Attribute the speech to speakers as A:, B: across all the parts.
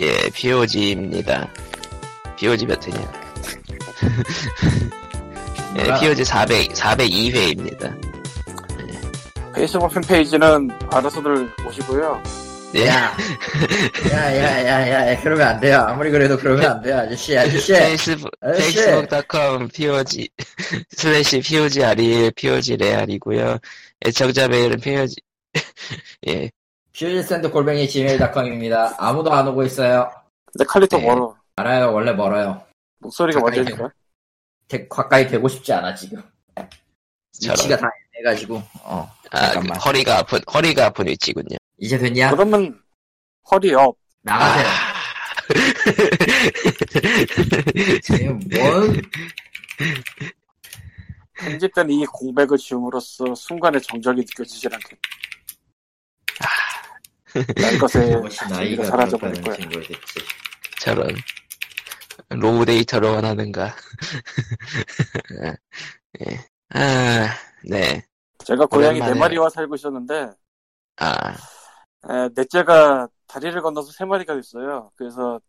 A: 예, POG입니다. POG 몇 회냐? 예,
B: 뭐야?
A: POG 400, 402회입니다.
C: 페이스북 팬페이지는 알아서들 오시고요.
A: 예,
B: 야, 야, 야, 야, 야, 야, 그러면 안 돼요. 아무리 그래도 그러면 안 돼요, 아저씨, 아저씨.
A: 페이스북,
B: 아저씨.
A: 페이스북.com POG, 슬래시 POG 아리엘, POG 레알이고요 애청자 메일은 POG, 예,
B: 퓨즈샌드 골뱅이 gmail.com입니다. 아무도 안 오고 있어요.
C: 근데 칼리터
A: 네.
C: 멀어.
B: 알아요, 원래 멀어요.
C: 목소리가
B: 가까이
C: 완전히까
B: 대- 가까이 되고 싶지 않아 지금. 위치가
A: 저런.
B: 다 애매해가지고. 어,
A: 아, 그
B: 잠깐만.
A: 허리가 아픈, 허리가 아픈 위치군요.
B: 이제 됐냐?
C: 그러면 허리업.
B: 나가세요.
A: 아.
B: 지금 뭔?
C: 편집된 이 공백을 지음으로써 순간의 정적이 느껴지질 않게. 날 것에
B: 무엇이
C: 재미가
B: 나이가
C: 사라져버릴
B: 들었다는
C: 거야.
B: 친구겠지.
A: 저런 로우 데이터로 원하는가 예. 아, 네.
C: 제가 고양이 네
A: 오랜만에.
C: 마리와 살고 있었는데
A: 아,
C: 에, 넷째가 다리를 건너서 세 마리가 됐어요. 그래서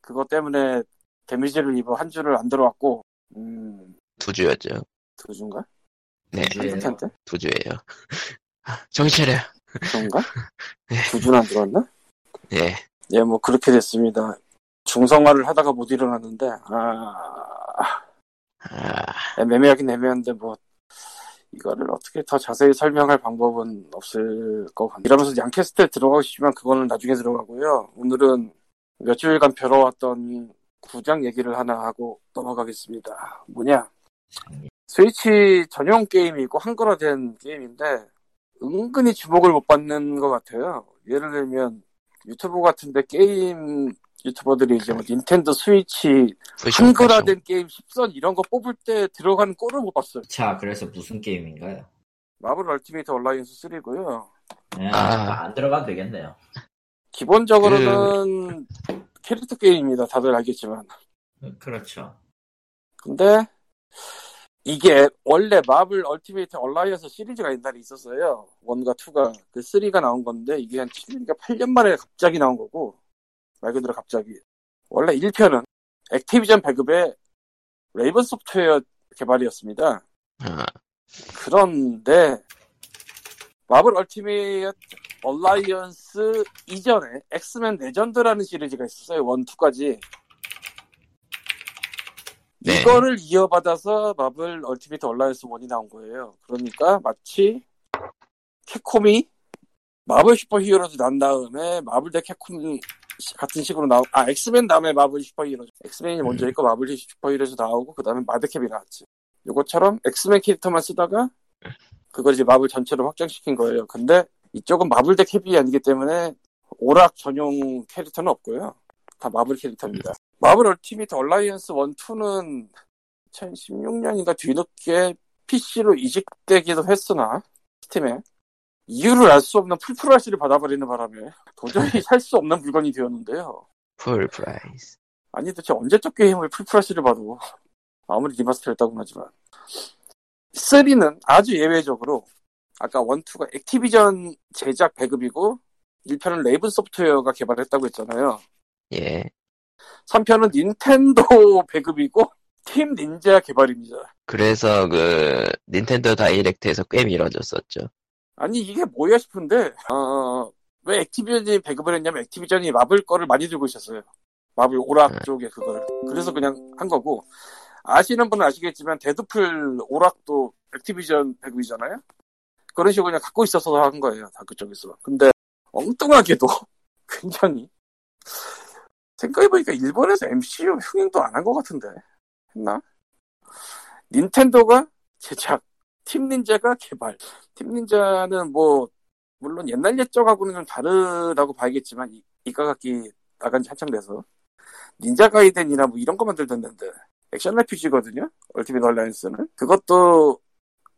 C: 그것 때문에 데미지를 입어 한 주를 안 들어왔고 음,
A: 두 주였죠.
C: 두 주인가?
A: 네,
C: 한 주 텐데?
A: 두 주예요. 아, 정신차려.
C: 그런가?
A: 네.
C: 두 주는 안 들어왔나?
A: 예.
C: 예, 뭐 그렇게 됐습니다. 중성화를 하다가 못 일어났는데 아
A: 아,
C: 네, 애매하긴 애매한데 뭐 이거를 어떻게 더 자세히 설명할 방법은 없을 것 같네요. 이러면서 양캐스트에 들어가고 싶지만 그거는 나중에 들어가고요. 오늘은 몇 주일간 벼러왔던 구장 얘기를 하나 하고 넘어가겠습니다. 뭐냐? 스위치 전용 게임이고 한글화된 게임인데 은근히 주목을 못 받는 것 같아요. 예를 들면 유튜브 같은데 게임 유튜버들이 이제 뭐 닌텐도 스위치
A: 부숑,
C: 한글화된 게임 10선 이런 거 뽑을 때 들어가는 꼴을 못 봤어요.
B: 자, 그래서 무슨 게임인가요?
C: 마블 얼티메이트 얼라이언스 3고요.
B: 예,
A: 아.
B: 잠깐 안 들어가도 되겠네요.
C: 기본적으로는 캐릭터 게임입니다. 다들 알겠지만.
B: 그렇죠.
C: 근데 이게 원래 마블 얼티메이트 얼라이언스 시리즈가 옛날에 있었어요. 1과 2가. 그 3가 나온 건데 이게 한 7년인가 8년 만에 갑자기 나온 거고. 말 그대로 갑자기. 원래 1편은 액티비전 배급의 레이븐 소프트웨어 개발이었습니다.
A: 아,
C: 그런데 마블 얼티메이트 얼라이언스 이전에 엑스맨 레전드라는 시리즈가 있었어요. 원, 투까지.
A: 네.
C: 이거를 이어받아서 마블 얼티메이트 얼라이언스 1이 나온 거예요. 그러니까 마치 캡콤이 마블 슈퍼 히어로즈 난 다음에 마블 대 캡콤 시- 같은 식으로 나오, 아, 엑스맨 다음에 마블 슈퍼 히어로즈. 엑스맨이 먼저 있고 마블 슈퍼 히어로즈 나오고, 그 다음에 마드캡이 나왔지. 요것처럼 엑스맨 캐릭터만 쓰다가 그걸 이제 마블 전체로 확장시킨 거예요. 근데 이쪽은 마블 대 캡이 아니기 때문에 오락 전용 캐릭터는 없고요. 다 마블 캐릭터입니다. 마블 얼티미트 얼라이언스 1, 2는 2016년인가 뒤늦게 PC로 이직되기도 했으나 스팀에 이유를 알 수 없는 풀프라시를 받아버리는 바람에 도저히 살 수 없는 물건이 되었는데요.
A: 풀 프라이스.
C: 아니 도대체 언제적 게임을 풀프라시를 봐도 아무리 리마스터 했다고는 하지만 3는 아주 예외적으로 아까 1, 2가 액티비전 제작 배급이고 1편은 레이븐 소프트웨어가 개발했다고 했잖아요.
A: 예.
C: 3편은 닌텐도 배급이고 팀 닌자 개발입니다.
A: 그래서 그 닌텐도 다이렉트에서 꽤 밀어줬었죠.
C: 아니 이게 뭐야 싶은데 어, 왜 액티비전이 배급을 했냐면 액티비전이 마블 거를 많이 들고 있었어요. 마블 오락 쪽에 그걸 그래서 그냥 한 거고 아시는 분은 아시겠지만 데드풀 오락도 액티비전 배급이잖아요. 그런 식으로 그냥 갖고 있어서 한 거예요. 다 그쪽에서. 근데 엉뚱하게도 굉장히 생각해보니까 일본에서 MCU 흥행도 안 한 것 같은데 했나? 닌텐도가 제작, 팀 닌자가 개발. 팀 닌자는 뭐 물론 옛날 옛적하고는 좀 다르다고 봐야겠지만 이- 이가각기 나간 지 한참 돼서 닌자 가이덴이나 뭐 이런 거 만들던데 액션 RPG거든요 얼티밋 얼라이언스는 그것도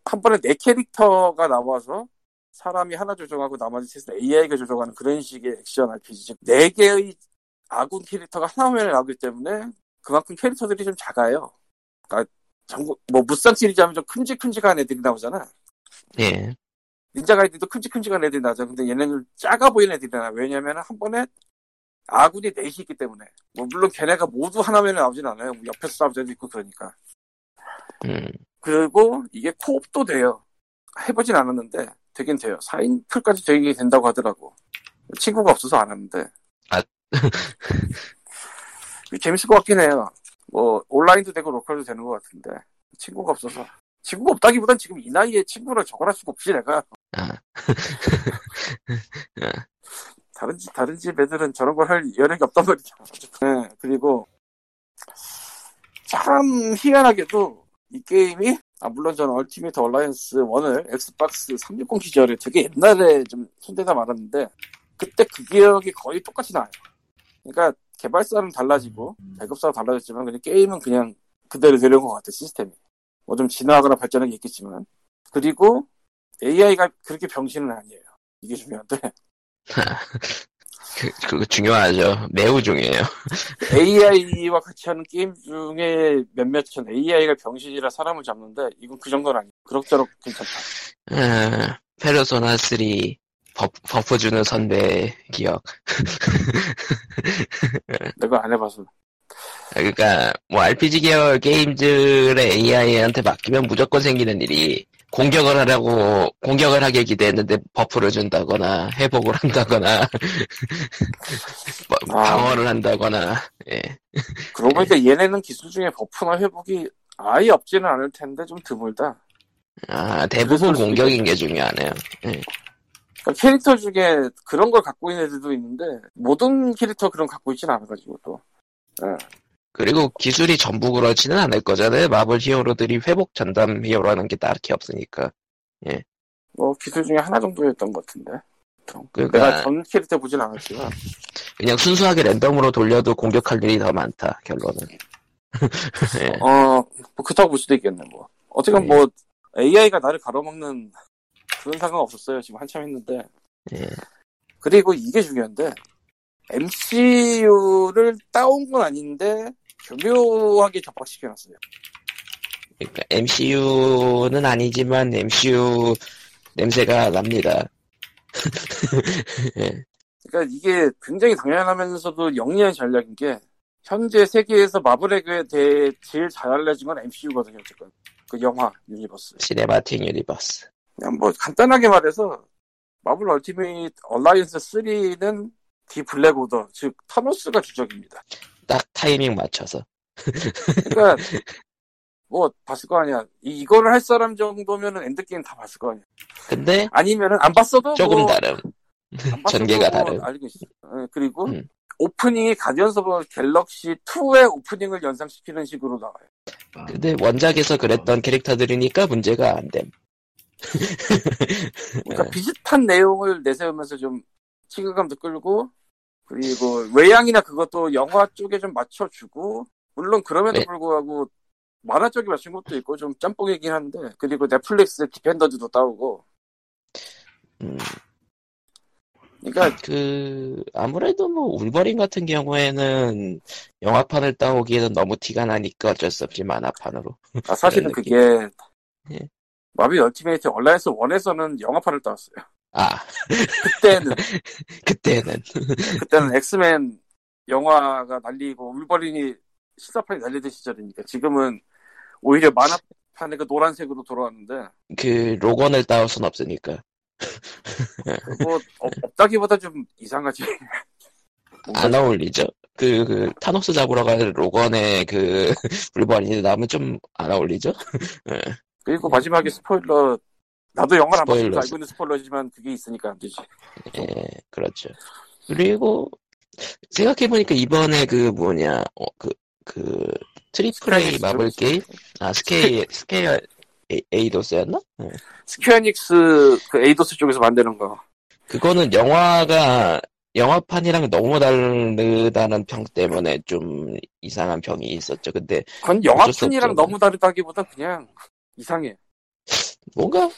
C: 한 번에 네 캐릭터가 나와서 사람이 하나 조종하고 나머지 셋은 AI가 조종하는 그런 식의 액션 RPG 즉, 네 개의 아군 캐릭터가 하나 화면에 나오기 때문에 그만큼 캐릭터들이 좀 작아요 그러니까 전국 뭐 무쌍 시리즈 하면 좀 큼직큼직한 애들이 나오잖아
A: 예.
C: 닌자 가이드도 큼직큼직한 애들이 나죠. 근데 얘네는 작아 보이는 애들이 나. 왜냐면 한 번에 아군이 넷이 있기 때문에. 뭐 물론 걔네가 모두 하나면은 나오진 않아요. 뭐 옆에서 싸울 때도 있고 그러니까.
A: 음,
C: 그리고 이게 코옵도 돼요. 해보진 않았는데 되긴 돼요. 4인풀까지 되게 된다고 하더라고. 친구가 없어서 안 하는데.
A: 아.
C: 재밌을 것 같긴 해요. 뭐 온라인도 되고 로컬도 되는 것 같은데 친구가 없어서. 친구가 없다기보단 지금 이 나이에 친구를 저걸 할 수가 없지 내가.
A: 아.
C: 다른 집, 다른 집 애들은 저런 걸 할 여력이 없단 말이죠. 네, 그리고 참 희한하게도 이 게임이 아, 물론 저는 얼티미트 얼라이언스 1을 엑스박스 360 시절에 되게 옛날에 좀 손대다 말았는데 그때 그 기억이 거의 똑같이 나요. 그러니까 개발사는 달라지고 배급사도 달라졌지만 그냥 게임은 그냥 그대로 되는 것 같아 시스템이. 뭐 좀 진화하거나 발전한 게 있겠지만 그리고 AI가 그렇게 병신은 아니에요. 이게 중요한데
A: 그, 그거 중요하죠. 매우 중요해요.
C: AI와 같이 하는 게임 중에 몇몇 천 AI가 병신이라 사람을 잡는데 이건 그 정도는 아니에요. 그럭저럭 괜찮다.
A: 음, 페르소나 3 버, 버프 주는 선배 기억.
C: 내가 안 해봐서.
A: 그러니까 뭐 RPG 계열 게임들의 AI한테 맡기면 무조건 생기는 일이 공격을 하라고 공격을 하길 기대했는데 버프를 준다거나 회복을 한다거나 뭐,
C: 아.
A: 방어를 한다거나 예.
C: 그러고 보니까 얘네는 기술 중에 버프나 회복이 아예 없지는 않을 텐데 좀 드물다.
A: 아, 대부분
C: 그래서
A: 공격인 게 중요하네요.
C: 그러니까 캐릭터 중에 그런 걸 갖고 있는 애들도 있는데 모든 캐릭터 그런 거 갖고 있진 않아가지고 또.
A: 그리고 기술이 전부 그렇지는 않을 거잖아요. 마블 히어로들이 회복 전담 히어로라는 게 딱히 없으니까.
C: 뭐 기술 중에 하나 정도였던 것 같은데.
A: 그러니까
C: 내가 전 캐릭터 보진 않았지만
A: 그냥 순수하게 랜덤으로 돌려도 공격할 일이 더 많다. 결론은. 예.
C: 어, 뭐 그렇다고 볼 수도 있겠네, 뭐. 어쨌건
A: 예.
C: 뭐, AI가 나를 가로막는 그런 상관 없었어요. 지금 한참 했는데.
A: 예.
C: 그리고 이게 중요한데, MCU를 따온 건 아닌데, 교묘하게 접박시켜놨어요.
A: 그러니까 MCU는 아니지만 MCU 냄새가 납니다.
C: 그러니까 이게 굉장히 당연하면서도 영리한 전략인 게, 현재 세계에서 마블에 대해 제일 잘 알려진 건 MCU거든요, 어쨌건. 그 영화, 유니버스.
A: 시네마틱 유니버스.
C: 그냥 뭐 간단하게 말해서 마블 얼티밋 얼라이언스 3는 디 블랙 오더 즉 타노스가 주적입니다.
A: 딱 타이밍 맞춰서.
C: 그러니까 뭐 봤을 거 아니야. 이, 거를할 사람 정도면은 엔드 게임 다 봤을 거 아니야.
A: 근데
C: 아니면은 안 봤어도
A: 조금
C: 뭐,
A: 다름.
C: 안 봤어도
A: 전개가
C: 뭐
A: 다른.
C: 알고 있어. 예, 그리고
A: 음.
C: 오프닝이 가디언스 오브 갤럭시 2의 오프닝을 연상시키는 식으로 나와요.
B: 아.
A: 근데 원작에서 그랬던 캐릭터들이니까 문제가 안 됨.
C: 그러니까
A: 예.
C: 비슷한 내용을 내세우면서 좀 친근감도 끌고 그리고 외양이나 그것도 영화 쪽에 좀 맞춰주고 물론 그럼에도
A: 네.
C: 불구하고 만화 쪽에 맞춘 것도 있고 좀 짬뽕이긴 한데 그리고 넷플릭스 디펜더즈도 따오고
A: 음.
C: 그러니까
A: 그 아무래도 뭐 울버린 같은 경우에는 영화판을 따오기에는 너무 티가 나니까 어쩔 수 없지 만화판으로
C: 아, 사실은
A: 그런
C: 그게
A: 예.
C: 마비 얼티메이트 얼라이언스 1에서는 영화판을 따왔어요
A: 아
C: 그때는
A: 그때는
C: 그때는 엑스맨 영화가 날리고 울버린이 실사판이 날리던 시절이니까 지금은 오히려 만화판의 그 노란색으로 돌아왔는데
A: 그 로건을 따올 순 없으니까
C: 뭐 어, 없다기보다 좀 이상하지.
A: 안 어울리죠 그, 그 타노스 잡으러 갈 로건의 그 울버린이 나오면 좀 안 어울리죠
C: 그리고 마지막에 스포일러 나도 영화를 안 봤으니까
A: 스포일러죠.
C: 알고 있는 스포일러지만 그게 있으니까 안 되지.
A: 예 그렇죠 그리고 생각해보니까 이번에 그 뭐냐 어, 그, 그 트리플 A 마블 게임 아 스케이 스케이 에이- 에이도스였나 예.
C: 스퀘어닉스 그 에이도스 쪽에서 만드는 거.
A: 그거는 영화가 영화판이랑 너무 다르다는 평 때문에 좀 이상한 평이 있었죠. 근데
C: 그건
A: 어쩔 수
C: 영화판이랑
A: 없죠.
C: 너무 다르다기보다 그냥 이상해.
A: 뭔가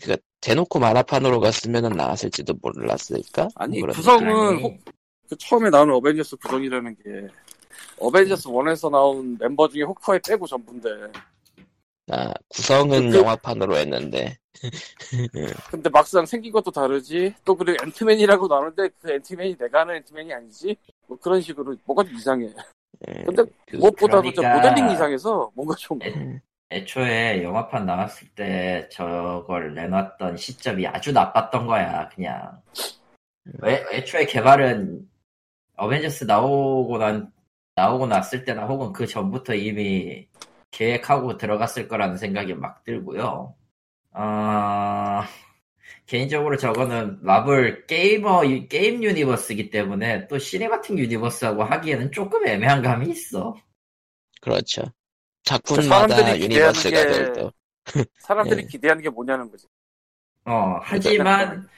A: 그니까 대놓고 만화판으로 갔으면 나왔을지도 몰랐을까? 뭐
C: 아니
A: 그런
C: 구성은
A: 느낌.
C: 혹- 그 처음에 나온 어벤져스 구성이라는 게 어벤져스 1에서 나온 멤버 중에 호크아이 빼고 전부인데
A: 아, 구성은
C: 그-
A: 영화판으로 했는데
C: 근데 막상 생긴 것도 다르지 또 그리고 앤트맨이라고 나오는데 그 앤트맨이 내가 아는 앤트맨이 아니지 뭐 그런 식으로 뭔가 좀 이상해.
A: 예,
C: 근데 뭐
A: 그-
C: 무엇보다도 저
D: 그러니까-
C: 모델링 이상해서 뭔가 좀
D: 애초에 영화판 나왔을 때 저걸 내놨던 시점이 아주 나빴던 거야, 그냥. 왜, 애초에 개발은 어벤져스 나오고 난, 나오고 났을 때나 혹은 그 전부터 이미 계획하고 들어갔을 거라는 생각이 막 들고요. 아, 개인적으로 저거는 마블 게이머, 유- 게임 유니버스이기 때문에 또 시네 같은 유니버스하고 하기에는 조금 애매한 감이 있어.
A: 그렇죠. 작품마다
C: 사람들이 기대하는
A: 유니버스가
C: 게-
A: 별도.
C: 사람들이
D: 네.
A: 예.
C: 기대하는 게 뭐냐는 거지.
D: 어, 하지만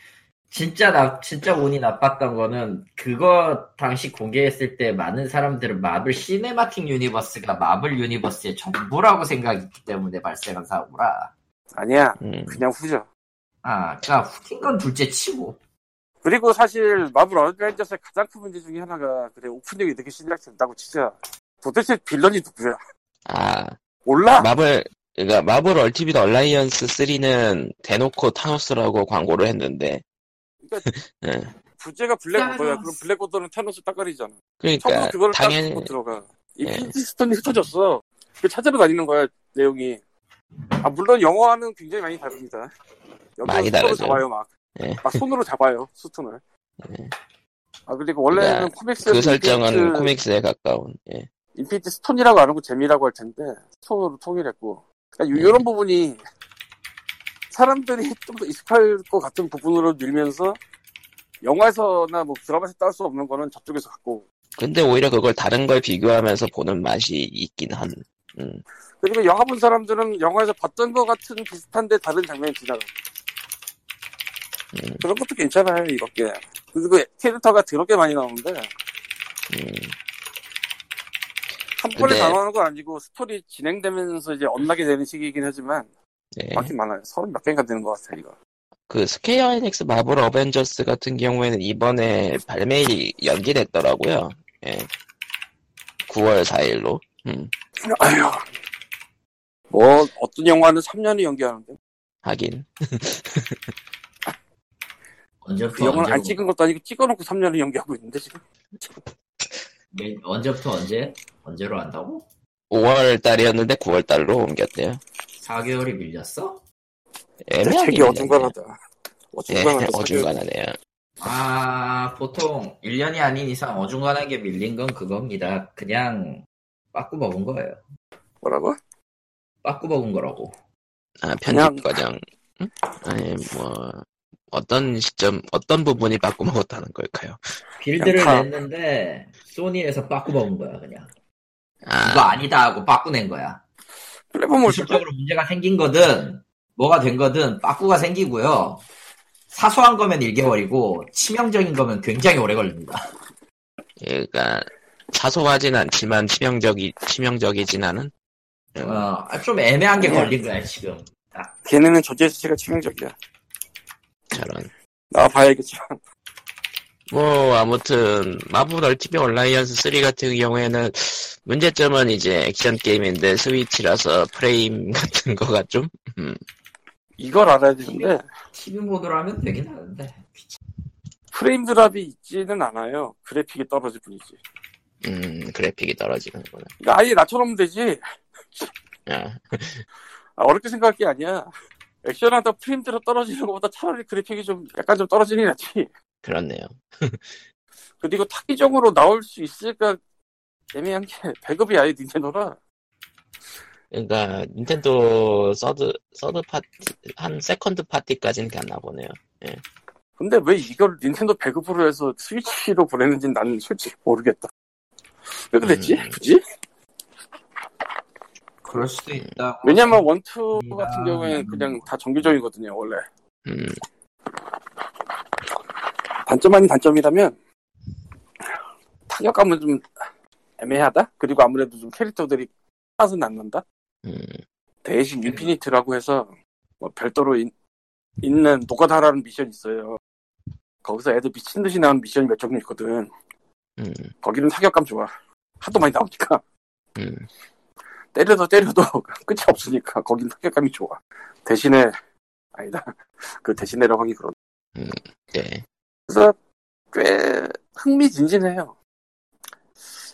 D: 진짜 나 진짜 운이 나빴던 거는 그거 당시 공개했을 때 많은 사람들은 마블 시네마틱 유니버스가 마블 유니버스의 전부라고 생각했기 때문에 발생한 사고라.
C: 아니야,
A: 음,
C: 그냥 후져.
D: 아, 그러니까 후킨 건 둘째 치고.
C: 그리고 사실 마블 어벤져스의 가장 큰 문제 중에 하나가 그래 오프닝이 이렇게 신작된다고 치자. 도대체 빌런이 누구야?
A: 아,
C: 몰라.
A: 마블, 그러니까 마블 얼티밋 얼라이언스 3는 대놓고 타노스라고 광고를 했는데,
C: 부제가 블랙 오더야. 그럼 블랙 오더는 테너스 딱거리잖아. 처음부터
A: 그러니까
C: 그거를 딱
A: 당연히
C: 짚고 들어가. 이
A: 예.
C: 피지스톤이 흩어졌어. 그 찾으러 다니는 거야 내용이. 아 물론 영화는 굉장히 많이 다릅니다. 여기는
A: 많이
C: 손으로
A: 다르죠.
C: 잡아요 막.
A: 예.
C: 막 손으로 잡아요 수트는.
A: 예.
C: 아 그리고 원래는
A: 그러니까
C: 코믹스
A: 그 설정은 코믹스에 가까운. 예.
C: 인피니티 스톤이라고 안 하고 재미라고 할 텐데 스톤으로 통일했고 그러니까
A: 예.
C: 이런 부분이 사람들이 좀 더 익숙할 것 같은 부분으로 밀면서 영화에서나 뭐 드라마에서 딸 수 없는 거는 저쪽에서 갖고
A: 근데 오히려 그걸 다른 걸 비교하면서 보는 맛이 있긴 한. 음,
C: 그리고 영화 본 사람들은 영화에서 봤던 것 같은 비슷한데 다른 장면이 지나가
A: 음.
C: 그런 것도 괜찮아요 이렇게 그리고 캐릭터가 더럽게 많이 나오는데
A: 음.
C: 한 번에
A: 근데-
C: 다 나오는 건 아니고 스토리 진행되면서 이제 엇나게 되는 시기이긴 하지만
A: 네.
C: 많긴 많아요 서른 몇 개인가 되는 것 같아요 이거
A: 그 스퀘어 에닉스 마블 어벤져스 같은 경우에는 이번에 발매일이 연기됐더라고요. 예. 9월 4일로. 음,
C: 아휴. 뭐, 어떤 영화는 3년이 연기하는데.
A: 하긴.
D: 언제부터
C: 그 영화는 안
D: 언제고?
C: 찍은 것도 아니고 찍어놓고 3년을 연기하고 있는데, 지금.
D: 네, 언제부터 언제? 언제로 한다고?
A: 5월 달이었는데 9월 달로 옮겼대요.
D: 4개월이 밀렸어?
A: 애매하게
C: 되게 네, 어중간하다.
A: 예,
C: 어중간하다.
A: 어중간하네요.
D: 아, 보통 1년이 아닌 이상 어중간하게 밀린 건 그겁니다. 그냥 빠꾸 먹은 거예요.
C: 뭐라고?
D: 빠꾸 먹은 거라고.
A: 아,
C: 그냥-
A: 편집 과정. 응? 아니, 뭐, 어떤 시점, 어떤 부분이 바꿔먹었다는 걸까요?
D: 빌드를
C: 그냥 다-
D: 냈는데 소니에서 빠꾸 먹은 거야 그냥 이거
A: 아,
D: 아니다 하고 빠꾸 낸 거야
C: 플랫폼을 줄까?
D: 기술적으로 문제가 생긴 거든 뭐가 된 거든 빠꾸가 생기고요 사소한 거면 1개월이고 치명적인 거면 굉장히 오래 걸립니다
A: 그러니까, 사소하진 않지만 치명적이, 치명적이진 않은? 음.
D: 어, 좀 애매한 게 걸린 거야 지금
C: 걔네는 존재 자체가 치명적이야.
A: 저런.
C: 나와봐야겠지만.
A: 뭐, 아무튼, 마블 얼티밋 얼라이언스 3 같은 경우에는, 문제점은 이제 액션 게임인데 스위치라서 프레임 같은 거가 좀,
C: 이걸 알아야 되는데,
D: TV 모드로 하면 되긴 하는데
C: 프레임 드랍이 있지는 않아요. 그래픽이 떨어질 뿐이지.
A: 음, 그래픽이 떨어지는구나.
C: 그러니까 아예 낮춰놓으면 되지.
A: 아,
C: 아, 어렵게 생각할 게 아니야. 액션하다 프레임 드랍 떨어지는 것보다 차라리 그래픽이 좀, 약간 좀 떨어지긴 하지.
A: 그렇네요.
C: 그리고 타기적으로 나올 수 있을까 애매한 게 배급이 아예 닌텐도라
A: 그러니까 닌텐도 서드 서드 파티 한 세컨드 파티까지는 갔나 보네요.
C: 근데 왜 이걸 닌텐도 배급으로 해서 스위치로 보내는지 나는 솔직히 모르겠다 왜 그랬지?
A: 음.
C: 굳이?
D: 그럴 수도 있다
C: 왜냐면 원투 같은
D: 음.
C: 경우에는 그냥 다 정규적이거든요 원래
A: 음,
C: 단점 아닌 단점이라면 타격감은 좀 애매하다? 그리고 아무래도 좀 캐릭터들이 맛은 안 난다?
A: 음,
C: 대신 인피니트라고 해서 뭐 별도로 인- 있는 노가다라는 미션이 있어요. 거기서 애들 미친 듯이 나오는 미션이 몇 종류 있거든.
A: 음,
C: 거기는 사격감 좋아. 하도 많이 나오니까
A: 음.
C: 때려도 때려도 끝이 없으니까 거긴 사격감이 좋아. 대신에 아니다. 그 대신에라고 하기 그런.
A: 네.
C: 그래서 꽤 흥미진진해요.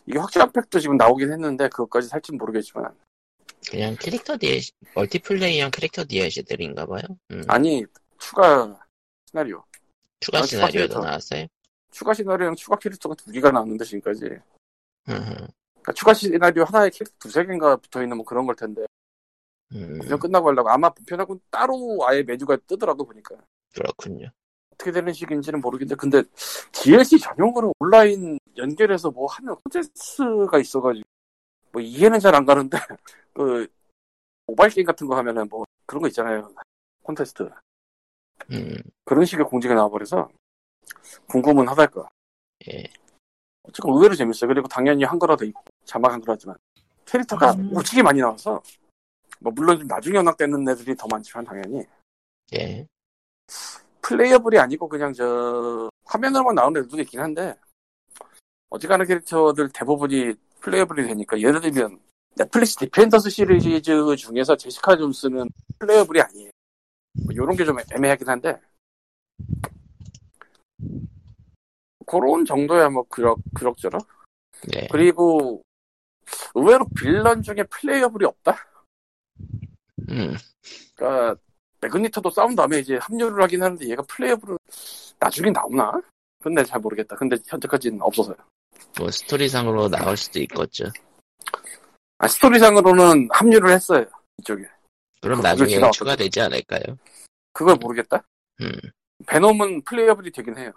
C: 이게 확실한 팩도 지금 나오긴 했는데 그것까지 살진 모르겠지만
A: 그냥 캐릭터 DLC, 멀티플레이형 캐릭터 DLC들인가 봐요. 음.
C: 아니 추가 시나리오
A: 추가
C: 아, 추가
A: 시나리오도
C: 캐릭터.
A: 나왔어요.
C: 추가 시나리오랑 추가 캐릭터가 두 개가 나왔는데 지금까지 그러니까
A: 음,
C: 추가 시나리오 하나에 캐릭터 두세 개인가 붙어있는 뭐 그런 걸 텐데
A: 음,
C: 그냥 끝나고 하려고 아마 본편하고 는 따로 아예 메뉴가 뜨더라고 보니까
A: 그렇군요.
C: 어떻게 되는 식인지는 모르겠는데 근데 DLC 전용으로 온라인 연결해서 뭐 하는 콘텐츠가 있어가지고 뭐 이해는 잘 안 가는데 그 모바일 게임 같은 거 하면은 뭐 그런 거 있잖아요 콘테스트
A: 음,
C: 그런 식의 공지가 나와버려서 궁금은 하달까
A: 예.
C: 어쨌건 의외로 재밌어요 그리고 당연히 한글화도 있고 자막 한글화지만 캐릭터가
D: 음.
C: 무지개 많이 나와서 뭐 물론 좀 나중에 연락되는 애들이 더 많지만 당연히
A: 예.
C: 플레이어블이 아니고 그냥 저 화면으로만 나오는 애들도 있긴 한데 어지간한 캐릭터들 대부분이 플레이어블이 되니까 예를 들면 넷플릭스 디펜더스 시리즈 중에서 제시카 존스는 플레이어블이 아니에요. 뭐 이런 게 좀 애매하긴 한데 그런 정도야 뭐 그럭 그럭저럭
A: 네.
C: 그리고 의외로 빌런 중에 플레이어블이 없다.
A: 음,
C: 그러니까 매그니터도 싸운 다음에 이제 합류를 하긴 하는데 얘가 플레이어블은 나중에 나오나? 근데 잘 모르겠다. 근데 현재까지는 없어서요.
A: 뭐 스토리상으로 나올 수도 있겠죠.
C: 아, 스토리상으로는 합류를 했어요. 이쪽에.
A: 그럼
C: 그거
A: 나중에
C: 지나왔거든.
A: 추가되지 않을까요?
C: 그걸 모르겠다.
A: 음.
C: 베놈은 플레이어블이 되긴 해요.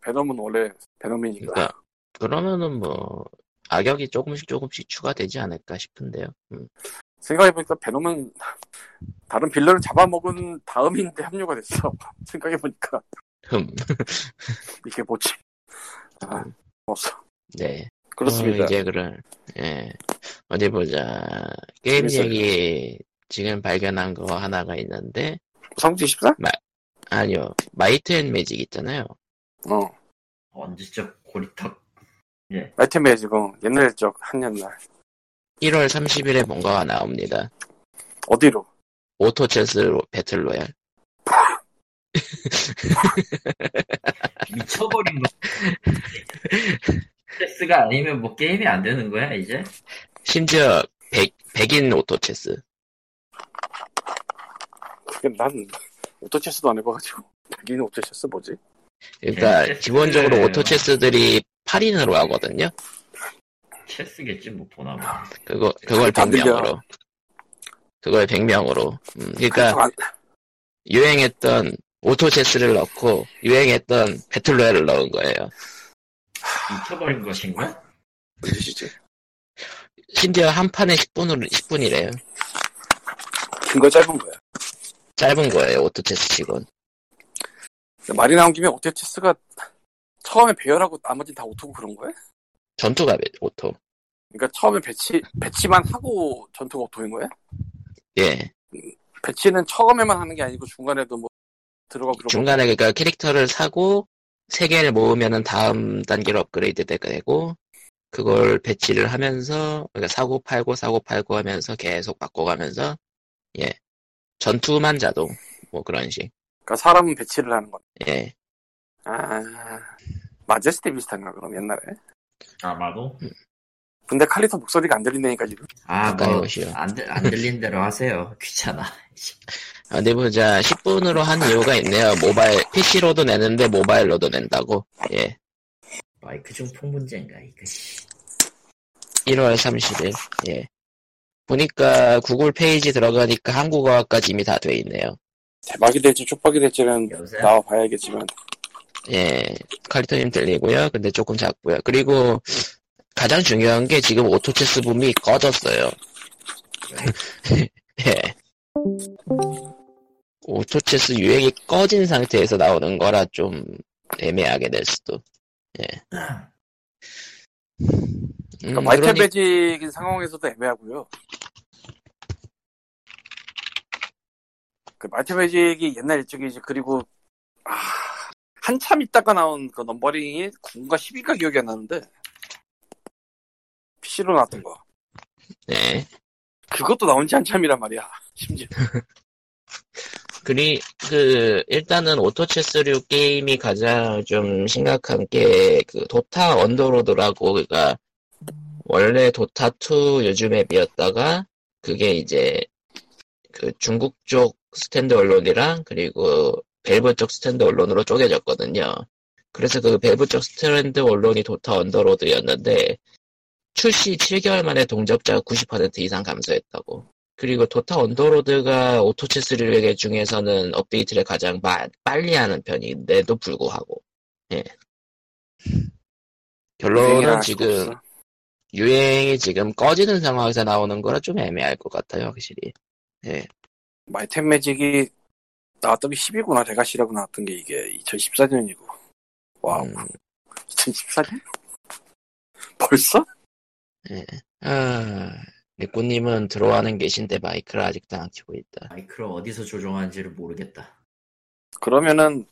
C: 베놈은 원래 베놈이니까.
A: 그러니까 그러면은 뭐 악역이 조금씩 조금씩 추가되지 않을까 싶은데요. 음.
C: 생각해보니까 베놈은 다른 빌런을 잡아먹은 다음인데 합류가 됐어. 생각해보니까
A: 흠.
C: 이게 뭐지? 아, 없어.
A: 네.
C: 그렇습니다.
A: 음. 어, 이제 그런 예. 어디 보자. 게임
C: 재밌어요.
A: 얘기 지금 발견한 거 하나가 있는데
C: 성지 14?
A: 아니요 마이트 앤 매직 있잖아요.
C: 어.
D: 언제쯤 고리터
C: 아이템에 지금 옛날 적, 한 옛날.
A: 1월 30일에 뭔가가 나옵니다.
C: 어디로?
A: 오토 체스 로- 배틀 로얄.
D: 미쳐버린 거. 스트레스가 아니면 뭐 게임이 안 되는 거야 이제?
A: 심지어 백, 백인 오토 체스.
C: 그게 난 오토체스도 안 해봐가지고 자기는 오토체스 뭐지?
A: 그러니까
D: 예,
A: 기본적으로
D: 체스를-
A: 오토 체스들이 8인으로 하거든요.
D: 체스겠지 뭐 보나 봐.
A: 그거 그걸
C: 안 들려.
A: 100명으로. 그걸 100명으로. 그러니까
C: 안,
A: 유행했던 오토체스를 넣고 유행했던 배틀로얄을 넣은 거예요.
D: 미쳐버린 것인가?
C: 무엇이지?
A: 심지어 한 판에 10분으로 10분이래요.
C: 긴거 짧은 거야.
A: 짧은 거예요 오토체스 치곤.
C: 근데 말이 나온 김에 오토체스가 처음에 배열하고 나머지는 다 오토고 그런 거야?
A: 전투가 배- 오토.
C: 그러니까 처음에 배치 배치만 하고 전투가 오토인 거야?
A: 예.
C: 배치는 처음에만 하는 게 아니고 중간에도 뭐 들어가고 그런
A: 중간에 그러니까 캐릭터를 사고 세 개를 모으면은 다음 단계로 업그레이드 되고 그걸 배치를 하면서 그러니까 사고 팔고 사고 팔고 하면서 계속 바꿔가면서 예 전투만 자동 뭐 그런 식.
C: 그러니까 사람은 배치를 하는 거야.
A: 예.
C: 아 마제스티 비슷한가 그럼 옛날에?
D: 아마도.
C: 근데 칼리터 목소리가 안 들린다니까 지금.
A: 가까이
D: 아뭐안안
A: 오시오.
D: 들린 대로 하세요. 귀찮아.
A: 어디 아, 뭐 보자. 10분으로 한 이유가 있네요. 모바일, PC로도 내는데 모바일로도 낸다고. 예.
D: 마이크 중풍 문제인가 이거. 씨.
A: 1월 30일. 예. 보니까 구글 페이지 들어가니까 한국어까지 이미 다 돼 있네요.
C: 대박이 될지 쪽박이 될지는
D: 여보세요.
C: 나와 봐야겠지만
A: 예. 칼리터님 들리고요. 근데 조금 작고요. 그리고 가장 중요한 게 지금 오토체스 붐이 꺼졌어요. 예. 오토체스 유행이 꺼진 상태에서 나오는 거라 좀 애매하게 될 수도. 예. 음,
C: 그러니까 마이클
A: 그러니-
C: 베직인 상황에서도 애매하고요. 그 마이클 베직이 옛날 일적이지 그리고 아, 한참 있다가 나온 그 넘버링이 9가 10인가 기억이 안 나는데 PC로 나왔던 거
A: 네.
C: 그것도 나온 지 한참이란 말이야. 심지어
A: 그리, 그, 일단은 오토체스류 게임이 가장 좀 심각한 게, 그, 도타 언더로드라고, 그니까, 원래 도타2 요즘 앱이었다가 그게 이제 그 중국 쪽 스탠드 언론이랑 그리고 벨브 쪽 스탠드 언론으로 쪼개졌거든요. 그래서 그 벨브 쪽 스탠드 언론이 도타 언더로드였는데 출시 7개월 만에 동접자가 90% 이상 감소했다고. 그리고 도타 언더로드가 오토체스리에게 중에서는 업데이트를 가장 마- 빨리 하는 편인데도 불구하고 예.
C: 네,
A: 결론은 지금 유행이 지금 꺼지는 상황에서 나오는 거라 좀 애매할 것 같아요, 확실히.
C: 마이템 매직이 나왔던 게 10이구나 대가시라고 나왔던 게 이게 2014년이고 와우
A: 음,
C: 2014년? 벌써?
A: 아, 리꾸님은 들어와는 계신데 마이크를 아직도 안 켜고 있다.
D: 마이크로 어디서 조종하는지를 모르겠다.
C: 그러면은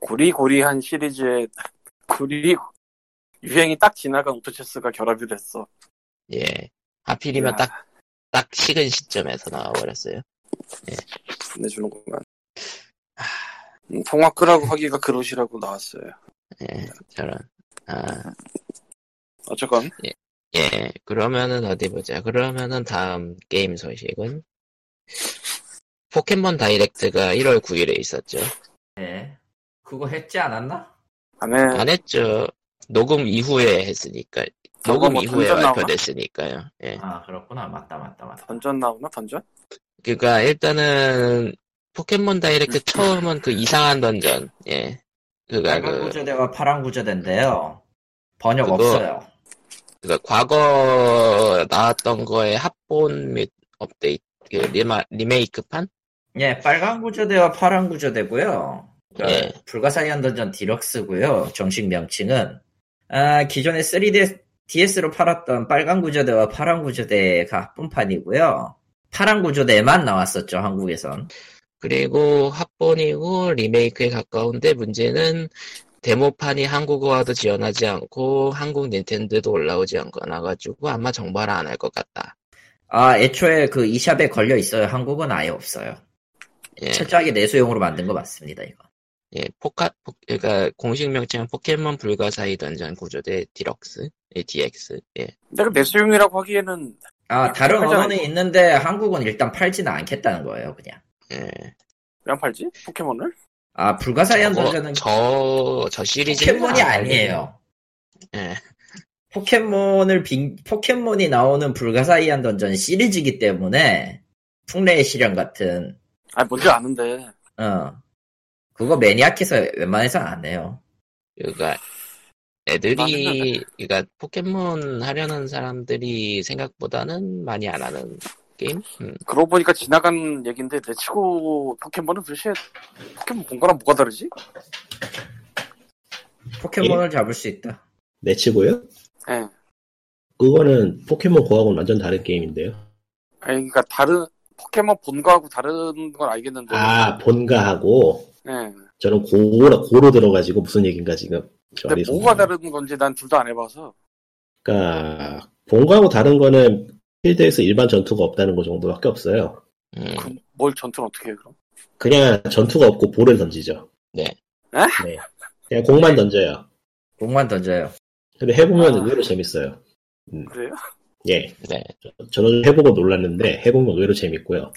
C: 고리고리한 시리즈에 고리 유행이 딱 지나간 오토체스가 결합이 됐어
A: 예. 하필이면
C: 야.
A: 딱, 딱 식은 시점에서 나와버렸어요.
C: 보내주는구만 음, 통화 끄라고 하기가 그릇이라고 나왔어요
A: 예, 저런. 아,
C: 어쨌건
A: 예. 그러면은 어디 보자. 그러면은 다음 게임 소식은? 포켓몬 다이렉트가 1월 9일에 있었죠.
D: 예. 그거 했지 않았나?
C: 안에
A: 안 했죠. 녹음 이후에 했으니까.
C: 저거
A: 녹음
C: 뭐
A: 이후에
C: 던전 나오나?
A: 발표됐으니까요. 예.
D: 아 그렇구나. 맞다 맞다 맞다.
C: 던전 나오나 던전?
A: 그니까 그러니까 일단은 포켓몬 다이렉트 처음은 그 이상한 던전 예 그가
D: 빨간
A: 그
D: 구조대와 파란 구조대인데요. 번역
A: 그거-
D: 없어요.
A: 그가 과거 나왔던 거에 합본 및 업데이트 그 리마, 리메이크판
D: 예, 빨간 구조대와 파란 구조대고요. 그러니까
A: 예.
D: 불가사의한 던전 디럭스고요. 정식 명칭은 아, 기존에 3DS DS로 팔았던 빨간 구조대와 파란 구조대가 합본판이고요. 파란 구조대만 나왔었죠 한국에선.
A: 그리고 합본이고 리메이크에 가까운데 문제는 데모판이 한국어와도 지원하지 않고 한국 닌텐도도 올라오지 않거나 가지고 아마 정발 안 할 것 같다
D: 아, 애초에 그 이샵에 걸려 있어요. 한국은 아예 없어요.
A: 예,
D: 철저하게 내수용으로 만든 거 맞습니다. 이거.
A: 예 포카 포, 그러니까 공식 명칭은 포켓몬 불가사의 던전 구조대 디럭스 예, DX 예
C: 내가 내수용이라고 하기에는
D: 아, 다른
C: 팔잖아,
D: 언어는
C: 이거.
D: 있는데 한국은 일단 팔지는 않겠다는 거예요, 그냥.
A: 예.
C: 왜 안 팔지? 포켓몬을?
D: 아, 불가사의한 던전은
A: 저, 저 시리즈는
D: 포켓몬이
A: 안
D: 아니에요.
A: 예.
D: 포켓몬을 빙, 포켓몬이 나오는 불가사의한 던전 시리즈이기 때문에 풍래의 시련 같은
C: 아 뭔지 아는데
D: 어 그거 매니악해서 웬만해서 안 해요.
A: 그러니까 애들이 그러니까 포켓몬 하려는 사람들이 생각보다는 많이 안 하는 게임. 음.
C: 그러고 보니까 지나간 얘긴데 내치고 포켓몬은 도대체 포켓몬 본 거랑 뭐가 다르지?
D: 포켓몬을 잡을 수 있다.
E: 내치고요?
C: 예.
E: 그거는 포켓몬 고하고는 완전 다른 게임인데요.
C: 아니 그러니까 다른 포켓몬 본 거하고 다른 건 알겠는데
E: 아, 본가하고
C: 예.
E: 저는 고로, 고로 들어가지고 무슨 얘긴가 지금. 저
C: 근데
E: 어리석은
C: 뭐가
E: 거.
C: 다른 건지 난 둘 다 안 해봐서
E: 그러니까 본가하고 다른 거는 필드에서 일반 전투가 없다는 거 정도밖에 없어요.
A: 음.
C: 그럼 뭘 전투는 어떻게 해 그럼?
E: 그냥 전투가 없고 볼을 던지죠.
A: 네.
C: 에?
E: 네. 그냥 공만 던져요.
D: 공만 던져요.
E: 근데 해보면
C: 아.
E: 의외로 재밌어요.
C: 그래요?
E: 예.
A: 네.
E: 저는 해보고 놀랐는데 해보면 의외로 재밌고요.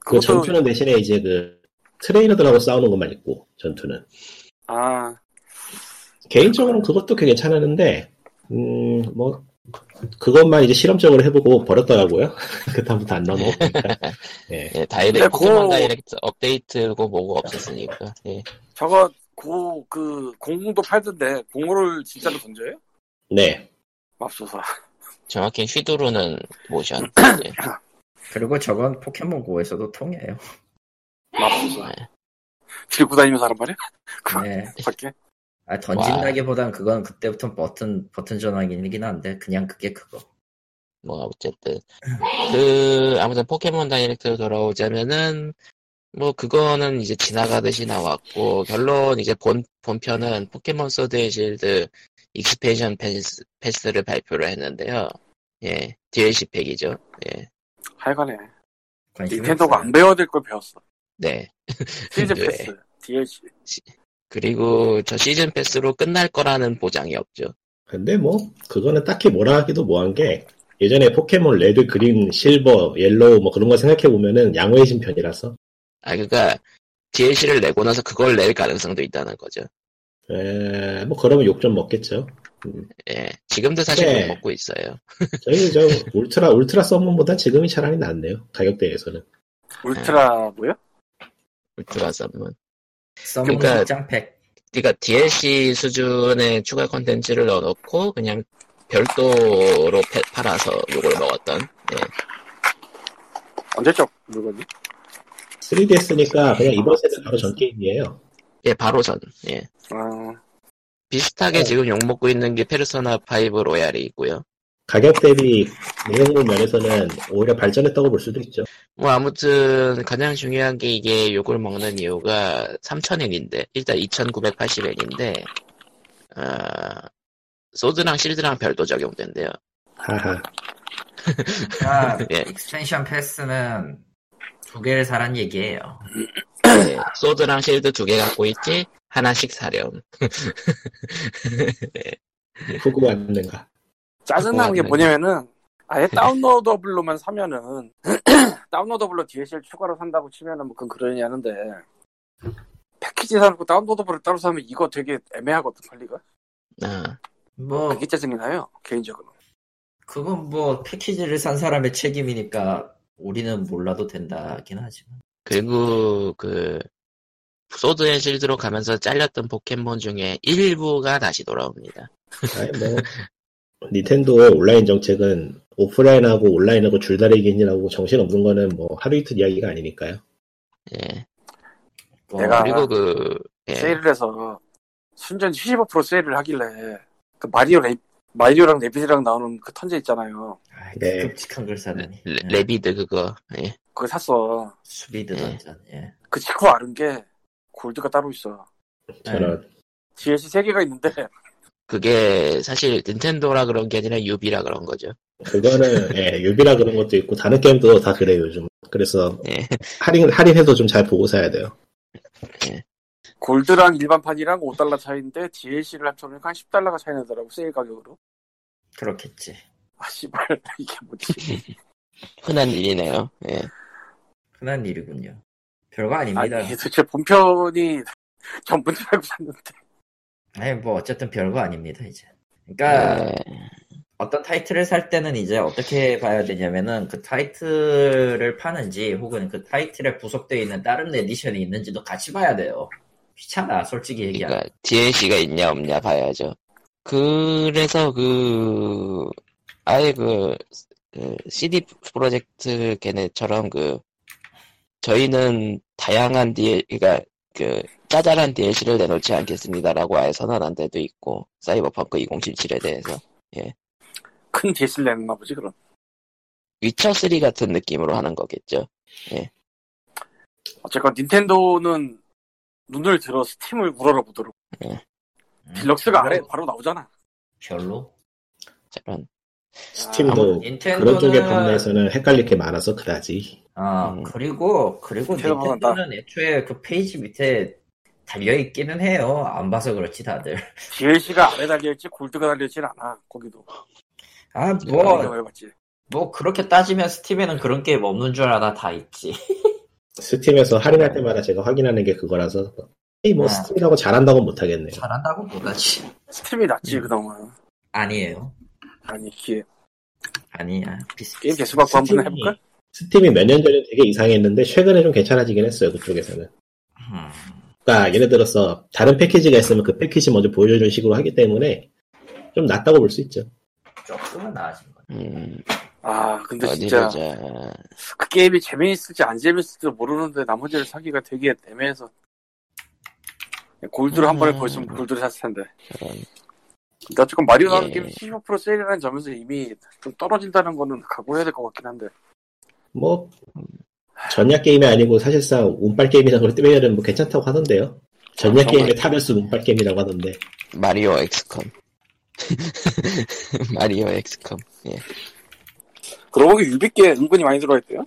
E: 그
C: 그것도-
E: 전투는 대신에 이제 그 트레이너들하고 싸우는 것만 있고 전투는
C: 아
E: 개인적으로는 그것도 꽤 괜찮았는데 음 뭐 그것만 이제 실험적으로 해보고 버렸더라고요. 그다음부터 안 넘어. 예.
A: 예, 다이렉
C: 근데
A: 포켓몬
C: 그거-
A: 다이렉트 업데이트고 뭐고 없었으니까. 예.
C: 저거 고 그 공도 팔던데 공을 진짜로 던져요?
E: 네.
C: 맙소사
A: 정확히 휘두르는 모션. 예.
D: 그리고 저건 포켓몬 고에서도 통해요.
C: 맙소사
E: 네.
C: 들고 다니는 사람 말이야? 그
D: 네.
C: 밖에
D: 아, 던진다기보단 그건 그때부터 버튼 버튼 전환이긴 한데 그냥 그게 그거.
A: 뭐 어쨌든 그 아무튼 포켓몬 다이렉트로 돌아오자면은 뭐 그거는 이제 지나가듯이 나왔고 결론 이제 본 본편은 포켓몬 소드 의 실드 익스펜션 패스, 패스를 발표를 했는데요. 예, DLC 팩이죠. 예,
C: 하여간에
D: 네, 관심이
C: 닌텐도가
D: 없어요.
C: 안 배워야 될 걸 배웠어
A: 네.
C: 시리즈
A: 네.
C: 패스 DLC
A: 그리고 저 시즌 패스로 끝날 거라는 보장이 없죠.
E: 근데 뭐 그거는 딱히 뭐라 하기도 뭐한 게 예전에 포켓몬 레드, 그린, 실버, 옐로우 뭐 그런 거 생각해 보면은 양호해진 편이라서
A: 아, 그러니까 DLC를 내고 나서 그걸 낼 가능성도 있다는 거죠.
E: 에, 뭐 그러면 욕 좀 먹겠죠.
A: 예, 지금도 사실
E: 네.
A: 못 먹고 있어요.
E: 저희 저 울트라 울트라 썸문보단 지금이 차라리 낫네요. 가격대에서는.
C: 울트라고요?
A: 울트라 썸문.
B: 썸
A: 그러니까-
D: 짱팩.
A: 그러니까 DLC 수준의 추가 컨텐츠를 넣어놓고 그냥 별도로 패- 팔아서 욕을 먹었던. 예.
C: 언제적 물건이?
E: 3DS니까 그냥 이번 세대 바로 전 게임이에요.
A: 예, 바로 전. 예.
C: 아,
A: 비슷하게 지금 욕 먹고 있는 게 페르소나 5 로얄이 있고요.
E: 가격 대비 내용물 면에서는 오히려 발전했다고 볼 수도 있죠.
A: 뭐 아무튼 가장 중요한 게 이게 욕을 먹는 이유가 3,000엔인데 일단 2,980엔인데 어, 소드랑 실드랑 별도 적용된대요.
E: 하하.
D: 아,
A: 예.
D: 익스텐션 패스는 두 개를 사란 얘기예요.
A: 예, 소드랑 실드 두 개 갖고 있지 하나씩 사렴.
E: 후구 왔는가.
C: 짜증나는 게
A: 그거
C: 뭐냐면은 아예 다운로더블로만 사면은 다운로더블로 DLC를 추가로 산다고 치면은 뭐 그건 그러냐는데 패키지 사놓고 다운로더블을 따로 사면 이거 되게 애매하거든 관리가
A: 아,
D: 뭐
C: 그게 짜증이 나요 개인적으로
D: 그건 뭐 패키지를 산 사람의 책임이니까 우리는 몰라도 된다긴 하지만.
A: 그리고 그 소드 앤 실드로 가면서 잘렸던 포켓몬 중에 일부가 다시 돌아옵니다.
E: 아니 뭐 닌텐도의 온라인 정책은 오프라인하고 온라인하고 줄다리기라고 정신 없는 거는 뭐 하루 이틀 이야기가 아니니까요.
A: 예.
D: 뭐,
C: 내가-
A: 그리고 그 예.
C: 세일을 해서 순전 75% 세일을 하길래 그 마리오 레 마리오랑 레빗이랑 나오는 그 턴제 있잖아요
D: 아이,
E: 네.
D: 그 끔찍한 걸 사다니.
C: 네.
A: 레,
D: 예.
A: 레비드 그거. 예.
C: 그걸 샀어
D: 수비드 던전. 예.
C: 그 직후 아는 게 골드가 따로 있어
E: 저는
C: DLC 3개가 있는데
A: 그게 사실 닌텐도라 그런 게 아니라 유비라 그런 거죠.
E: 그거는 예, 유비라 그런 것도 있고 다른 게임도 다 그래요 요즘. 그래서
A: 예.
E: 할인 할인해도 좀 잘 보고 사야 돼요.
C: 골드랑 일반판이랑 5달러 차이인데 DLC를 합쳐보니까 한 10달러가 차이 나더라고 세일 가격으로
D: 그렇겠지.
C: 아 씨발 이게 뭐지
A: 흔한 일이네요. 예.
D: 흔한 일이군요. 별거 아닙니다.
C: 아니 도대체 본편이 전부인 줄 알고 샀는데
D: 아니 뭐 어쨌든 별거 아닙니다 이제.
C: 네.
D: 그러니까
A: 예.
D: 어떤 타이틀을 살 때는 이제 어떻게 봐야 되냐면은 그 타이틀을 파는지 혹은 그 타이틀에 부속되어 있는 다른 에디션이 있는지도 같이 봐야 돼요. 귀찮아 솔직히 얘기하면.
A: 그러니까 DLC가 있냐 없냐 봐야죠. 그래서 그 아예 그, 그 CD 프로젝트 걔네처럼 그 저희는 다양한 DL 그러니까 그 짜잘한 DLC를 내놓지 않겠습니다라고 아예 선언한 데도 있고 사이버펑크 2077에 대해서
C: 큰 DLC를 내는가 보지 그럼
A: 위쳐 3 같은 느낌으로 하는 거겠죠.
C: 어쨌건 닌텐도는 눈을 들어 스팀을 우러러보도록
D: 음,
C: 딜럭스가
D: 별로-
C: 아래 바로 나오잖아
D: 별로.
A: 저런
E: 스팀도 그런
D: 닌텐도는
E: 쪽의 판매에서는 헷갈릴 게 많아서 그다지.
D: 아
A: 음.
D: 그리고 그리고
C: 닌텐도는
D: 닌텐도는 애초에 그 페이지 밑에 달려 있기는 해요. 안 봐서 그렇지 다들.
C: DLC가 아래 달려있지 골드가 달려있진 않아 거기도
A: 어.
C: 네,
D: 아뭐
C: 내가 왜 봤지
D: 뭐 그렇게 따지면 스팀에는 그런 게임 없는 줄 알아 다 있지.
E: 스팀에서 할인할 때마다 제가 확인하는 게 그거라서 에이 뭐
D: 아.
E: 스팀이라고 잘한다고 못하겠네요.
D: 잘한다고 못하지.
C: 스팀이 낫지
A: 음.
C: 그동안
D: 아니에요.
C: 아니 기회
D: 아니야. 비슷.
C: 게임 개수받고 한번 해볼까?
E: 스팀이 몇 년 전에 되게 이상했는데 최근에 좀 괜찮아지긴 했어요 그쪽에서는.
D: 음,
E: 그러니까 예를 들어서 다른 패키지가 있으면 그 패키지 먼저 보여주는 식으로 하기 때문에 좀 낫다고 볼 수 있죠.
D: 조금은 나아진 거야.
A: 음,
C: 아 근데
A: 어디
C: 진짜
A: 보자.
C: 그 게임이 재미있을지 안 재미있을지도 모르는데 나머지를 사기가 되게 애매해서 골드를 한 번에
A: 음.
C: 벌써 골드를 샀을 텐데
A: 그런.
C: 나 지금 마리오 나오는
A: 예.
C: 게임 15% 세일이라는 점에서 이미 좀 떨어진다는 거는 각오해야 될 것 같긴 한데
E: 뭐 전략 게임이 아니고 사실상 운빨 게임이라고 뜨면은 뭐 괜찮다고 하던데요. 전략
A: 아,
E: 게임의
A: 정말.
E: 타별수 운빨 게임이라고 하던데
A: 마리오 엑스컴. 마리오 엑스컴.
C: 그러고 보니 유비께 은근히 많이 들어있대요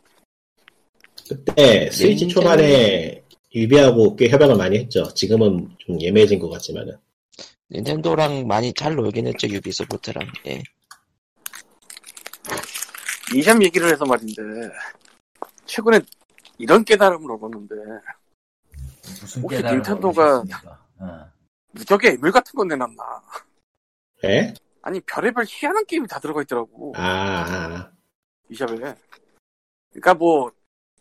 E: 그때 스위치
C: 예,
A: 닌텐도-
E: 초반에 유비하고 꽤 협약을 많이 했죠. 지금은 좀 예매해진 것 같지만은
A: 닌텐도랑 많이 잘 놀긴 했죠 유비소프트랑 예.
C: 이점 얘기를 해서 말인데 최근에 이런 깨달음을 얻었는데
D: 무슨
C: 혹시
D: 깨달음을
C: 닌텐도가-
D: 얻으셨습니까? 어.
C: 무적의 애물 같은 건 내놨나
E: 예?
C: 아니 별의별 희한한 게임이 다 들어가 있더라고
E: 아, 아,
C: 이 샵에 그러니까 뭐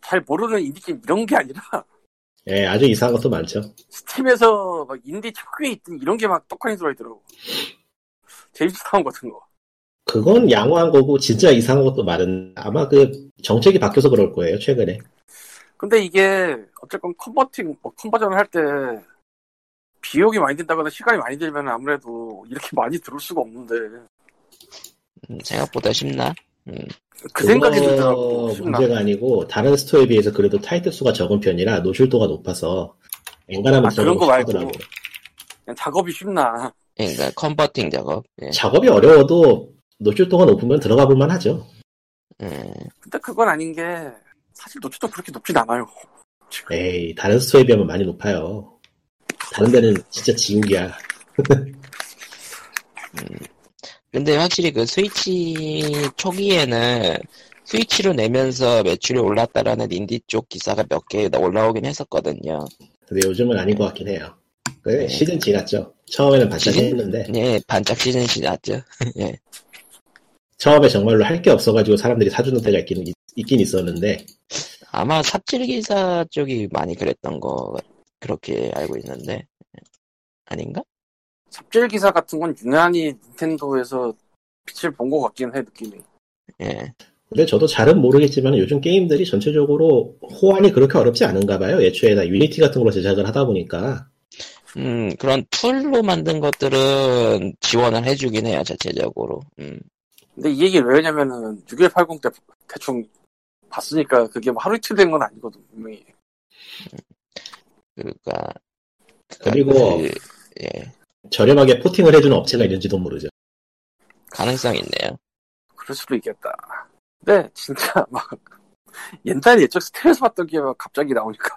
C: 잘 모르는 인디 게임 이런 게 아니라
E: 예, 아주 이상한 것도 많죠.
C: 스팀에서 막 인디 특유에 있던 이런 게 막 떡하니 들어가 있더라고 제임스 타운 같은 거
E: 그건 양호한 거고 진짜 이상한 것도 많은. 아마 그 정책이 바뀌어서 그럴 거예요 최근에.
C: 근데 이게 어쨌건 컨버팅 뭐 컨버전을 할 때 비용이 많이 든다거나 시간이 많이 들면 아무래도 이렇게 많이 들을 수가 없는데
A: 음, 생각보다 쉽나?
C: 그 생각이
E: 그거
C: 들더라고 신나
E: 문제가 아니고 다른 스토어에 비해서 그래도 타이틀 수가 적은 편이라 노출도가 높아서 엔간하면
C: 아, 그런 거 말고.
E: 하더라고요.
C: 그냥 작업이 쉽나
A: 예, 그러니까 컨버팅 작업 예.
E: 작업이 어려워도 노출도가 높으면 들어가 볼만 하죠.
A: 음,
C: 근데 그건 아닌 게 사실 노출도 그렇게 높진 않아요
E: 에이 다른 스토어에 비하면 많이 높아요. 다른 데는 진짜 지옥이야.
A: 근데 확실히 그 스위치 초기에는 스위치로 내면서 매출이 올랐다라는 인디 쪽 기사가 몇 개 올라오긴 했었거든요.
E: 근데 요즘은 아닌 것 같긴 해요. 그래,
A: 네.
E: 시즌 지났죠. 처음에는
A: 시즌?
E: 아, 반짝했는데
A: 예, 반짝 시즌 지났죠.
E: 처음에 정말로 할 게 없어가지고 사람들이 사주는 데가 있긴, 있긴 있었는데
A: 아마 삽질 기사 쪽이 많이 그랬던 거 그렇게 알고 있는데 예. 아닌가?
C: 삽질 기사 같은 건 유난히 닌텐도에서 빛을 본 것 같긴 해 느낌이
A: 예,
E: 근데 저도 잘은 모르겠지만 요즘 게임들이 전체적으로 호환이 그렇게 어렵지 않은가 봐요. 예초에 나 유니티 같은 걸로 제작을 하다 보니까.
A: 음 그런 툴로 만든 것들은 지원을 해주긴 해요 자체적으로. 음,
C: 근데 이 얘기를 왜 하냐면은 6180 때 대충 봤으니까 그게 뭐 하루 이틀 된 건 아니거든 분명히
A: 그러니까
E: 그리고
A: 그, 예
E: 저렴하게 포팅을 해주는 업체가 있는지도 모르죠.
A: 가능성 이 있네요.
C: 그럴 수도 있겠다 근데 진짜 막 옛날 예적 스텔에서 봤던 게 막 갑자기 나오니까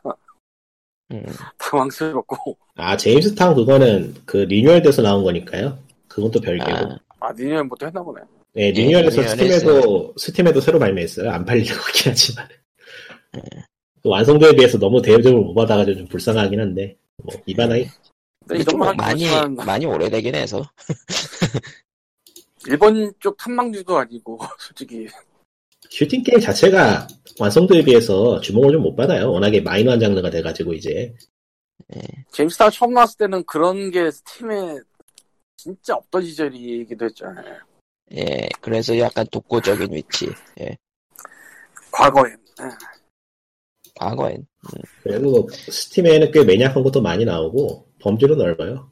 A: 음.
C: 당황스럽고
E: 아, 제임스타운 그거는 그 리뉴얼 돼서 나온 거니까요. 그건 또 별개고.
A: 아, 예,
C: 아 니네 뭐또 했나 보네
E: 네, 리뉴얼에서
A: 리뉴얼
E: 스팀에도, 스팀에도 새로 발매했어요. 안 팔리려고 하긴 하지만.
A: 예.
E: 그 완성도에 비해서 너무 대우적을 못 받아가지고 좀 불쌍하긴 한데. 뭐, 이바나이?
A: 예.
C: 근데
A: 좀
C: 이런 건
A: 많이
C: 하지만
A: 많이 오래되긴 해서
C: 일본 쪽 탐망주도 아니고 솔직히
E: 슈팅 게임 자체가 완성도에 비해서 주목을 좀 못 받아요. 워낙에 마이너한 장르가 돼가지고 이제.
C: 제임스타 처음 나왔을 때는 그런 게 스팀에 진짜 없던 시절이기도 했잖아요
A: 예 그래서 약간 독보적인 위치 예
C: 과거엔
A: 과거엔
E: 그래도 뭐 스팀에는 꽤 매니악한 것도 많이 나오고 범주로 넓어요.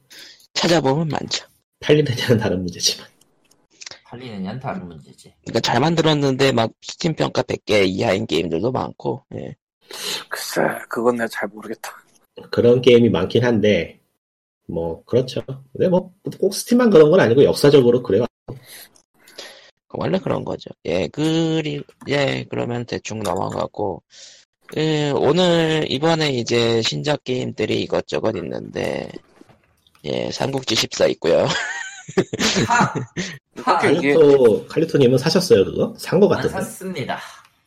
A: 찾아보면 많죠.
E: 팔리느냐는 다른 문제지만.
D: 팔리느냐는 다른 문제지.
A: 그러니까 잘 만들었는데 막 스팀 평가 100개 이하인 게임들도 많고 예.
C: 글쎄 그건 내가 잘 모르겠다
E: 그런 게임이 많긴 한데 뭐 그렇죠. 근데 뭐 꼭 스팀만 그런 건 아니고 역사적으로 그래요.
A: 원래 그런 거죠. 예, 그리, 예, 그러면 대충 넘어가고, 예, 오늘, 이번에 이제 신작 게임들이 이것저것 있는데, 예, 삼국지 14 있고요.
D: 하! 하!
C: 그렇게 아, 이게
E: 칼리토 칼리토님은 사셨어요 그거? 산 거
D: 안
E: 같던데.
D: 샀습니다.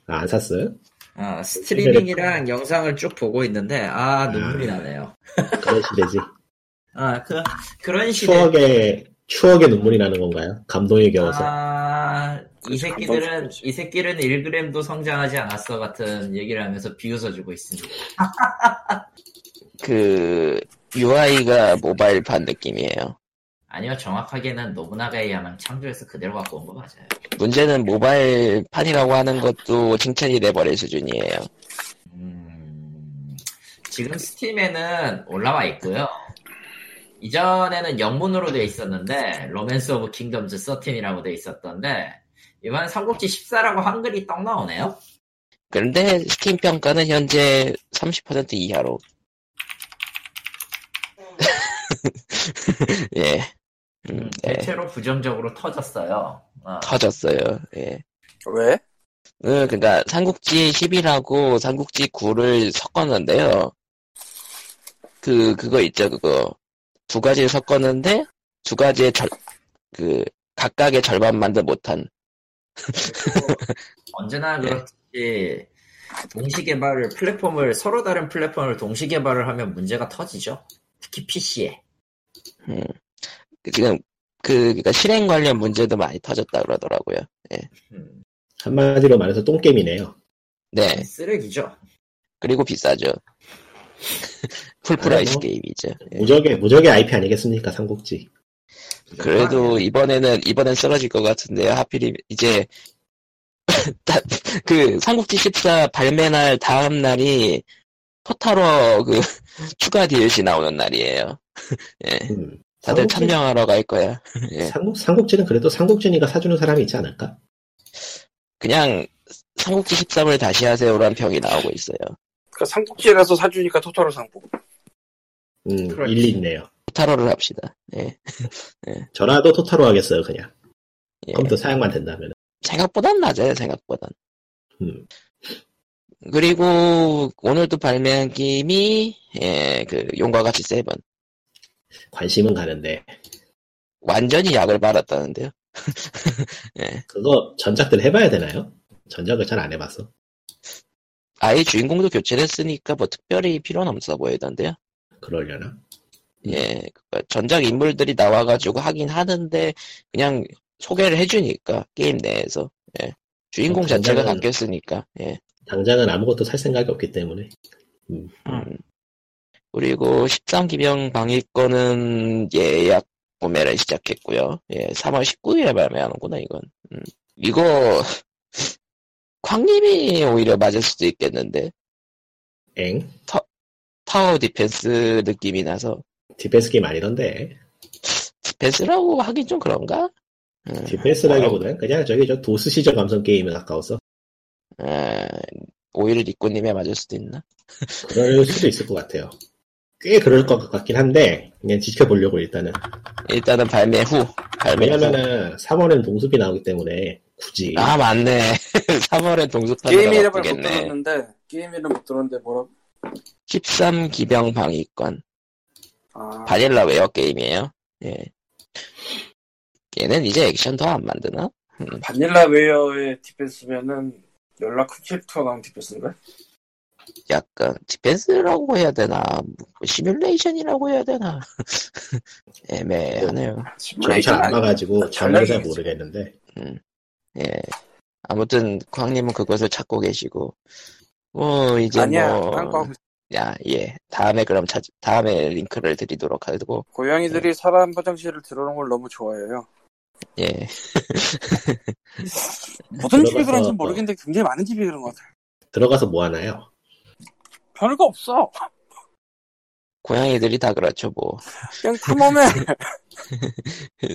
E: 아, 안 샀어요?
D: 어, 스트리밍이랑 영상을 쭉 보고 있는데 아 눈물이
E: 아.
D: 나네요.
E: 그런 시대지.
D: 아 그 그런 시대.
E: 추억의 추억의 눈물이 나는 건가요? 감동에 겨워서.
D: 아. 아이
C: 그래서 감동
D: 새끼들은
C: 주지.
D: 이 새끼는 1g도 성장하지 않았어 같은 얘기를 하면서 비웃어주고 있습니다.
A: 그, UI가 모바일판 느낌이에요.
D: 아니요 정확하게는 노부나가야만 창조해서 그대로 갖고 온 거 맞아요.
A: 문제는 모바일판이라고 하는 것도 칭찬이 돼버릴 수준이에요.
D: 음, 지금 스팀에는 올라와 있고요. 이전에는 영문으로 돼 있었는데 로맨스 오브 킹덤즈 13이라고 돼 있었던데 이번엔 삼국지 14라고 한글이 떡 나오네요.
A: 그런데 스팀 평가는 현재 30% 이하로. 예. 음, 예.
D: 대체로 부정적으로 터졌어요. 어.
A: 터졌어요. 예.
C: 왜?
A: 응, 그러니까 삼국지 10이라고 삼국지 9를 섞었는데요. 그 그거 있죠, 그거 두 가지를 섞었는데 두 가지의 절, 그 각각의 절반만도 못한
D: 언제나
A: 네.
D: 그렇지 동시 개발을 플랫폼을 서로 다른 플랫폼을 동시 개발을 하면 문제가 터지죠. 특히 PC에.
A: 그 지금 그 그러니까 실행 관련 문제도 많이 터졌다 그러더라고요.
D: 음,
E: 한마디로 말해서 똥게임이네요.
A: 네
D: 쓰레기죠.
A: 그리고 비싸죠. 풀프라이스
E: 아니, 뭐.
A: 게임이죠. 예.
E: 무적의 무적의 IP 아니겠습니까 삼국지. 아,
A: 그래도
E: 네.
A: 이번에는 이번엔 쓰러질 것 같은데요. 하필이 이제 딱 그 삼국지 14 발매날 다음 날이 토탈워 그 추가 DLC 나오는 날이에요.
E: 음.
A: 다들
E: 삼국지-
A: 참여하러 갈 거야. 예.
E: 삼국 삼국지는 그래도 삼국지니까 사주는 사람이 있지 않을까?
A: 그냥 삼국지 13을 다시 하세요라는 평이 나오고 있어요.
C: 그러니까 삼국지라서 사주니까 토탈로 상품.
E: 음,
B: 그렇지.
E: 일리 있네요.
A: 토탈워를 합시다. 예.
E: 저라도 토탈로 하겠어요 그냥.
A: 예.
E: 컴퓨터 사양만 된다면.
A: 생각보단 낮아요. 생각보단.
E: 음.
A: 그리고 오늘도 발매한 게임이 예, 그 용과 같이 세븐.
E: 관심은 가는데
A: 완전히 약을 발랐다는데요.
E: 그거 전작들 해봐야 되나요? 전작을 잘 안 해봤어.
A: 아예 주인공도 교체를 했으니까 뭐 특별히 필요는 없어 보이던데요.
E: 그러려나?
A: 예, 그러니까 전작 인물들이 나와가지고 하긴 하는데 그냥 소개를 해주니까 게임 내에서 예. 주인공
E: 어,
A: 자체가
E: 굉장히-
A: 바뀌었으니까 예.
E: 당장은 아무것도 살 생각이 없기 때문에
A: 음. 그리고 13기병 방위권은 예약 구매를 시작했고요. 예, 3월 19일에 발매하는구나 이건. 음. 이거 광님이 오히려 맞을 수도 있겠는데
E: 엥
A: 타워 디펜스 느낌이 나서
E: 디펜스 게임 아니던데
A: 디펜스라고 하긴 좀 그런가? 음,
E: 디펜스라기보다는 그냥 저기 저 도스 시절 감성 게임에 가까워서
A: 아, 오히려 리꾸님에 맞을 수도 있나?
E: 그럴 수도 있을 것 같아요. 꽤 그럴 것 같긴 한데 그냥 지켜보려고 일단은
A: 일단은 발매 후 발매 후.
E: 왜냐면은 3월엔 동숲이 나오기 때문에 굳이
A: 아 맞네. 3월엔 동숲하는
C: 게임
A: 거
C: 이름을 못
A: 바쁘겠네.
C: 들었는데 게임 이름 못 들었는데 뭐라고?
A: 13 기병 방위권
C: 아,
A: 바닐라 웨어 게임이에요. 예. 얘는 이제 액션 더 안 만드나?
C: 바닐라 웨어의 디펜스면은 연락 큰 캐릭터가 나온 디펜스인가?
A: 약간 디펜스라고 해야 되나? 뭐 시뮬레이션이라고 해야 되나? 애매하네요.
C: 뭐
E: 저도 잘
C: 그러니까.
E: 안 와가지고 장르를 잘
C: 전략이겠지.
E: 모르겠는데
A: 예. 아무튼 광님은 그것을 찾고 계시고 뭐 이제
C: 아니야
A: 뭐
C: 딴거 하고 있어.
A: 야, 예. 다음에 그럼 찾, 다음에 링크를 드리도록 하고,
C: 고양이들이 사람 화장실을 들어오는 걸 너무 좋아해요.
A: 예.
C: 무슨 집이
E: 들어가서
C: 그런지
E: 뭐.
C: 모르겠는데 굉장히 많은 집이 그런 것 같아요.
E: 들어가서 뭐 하나요?
C: 별거 없어.
A: 고양이들이 다 그렇죠, 뭐.
C: 그냥 탐험해.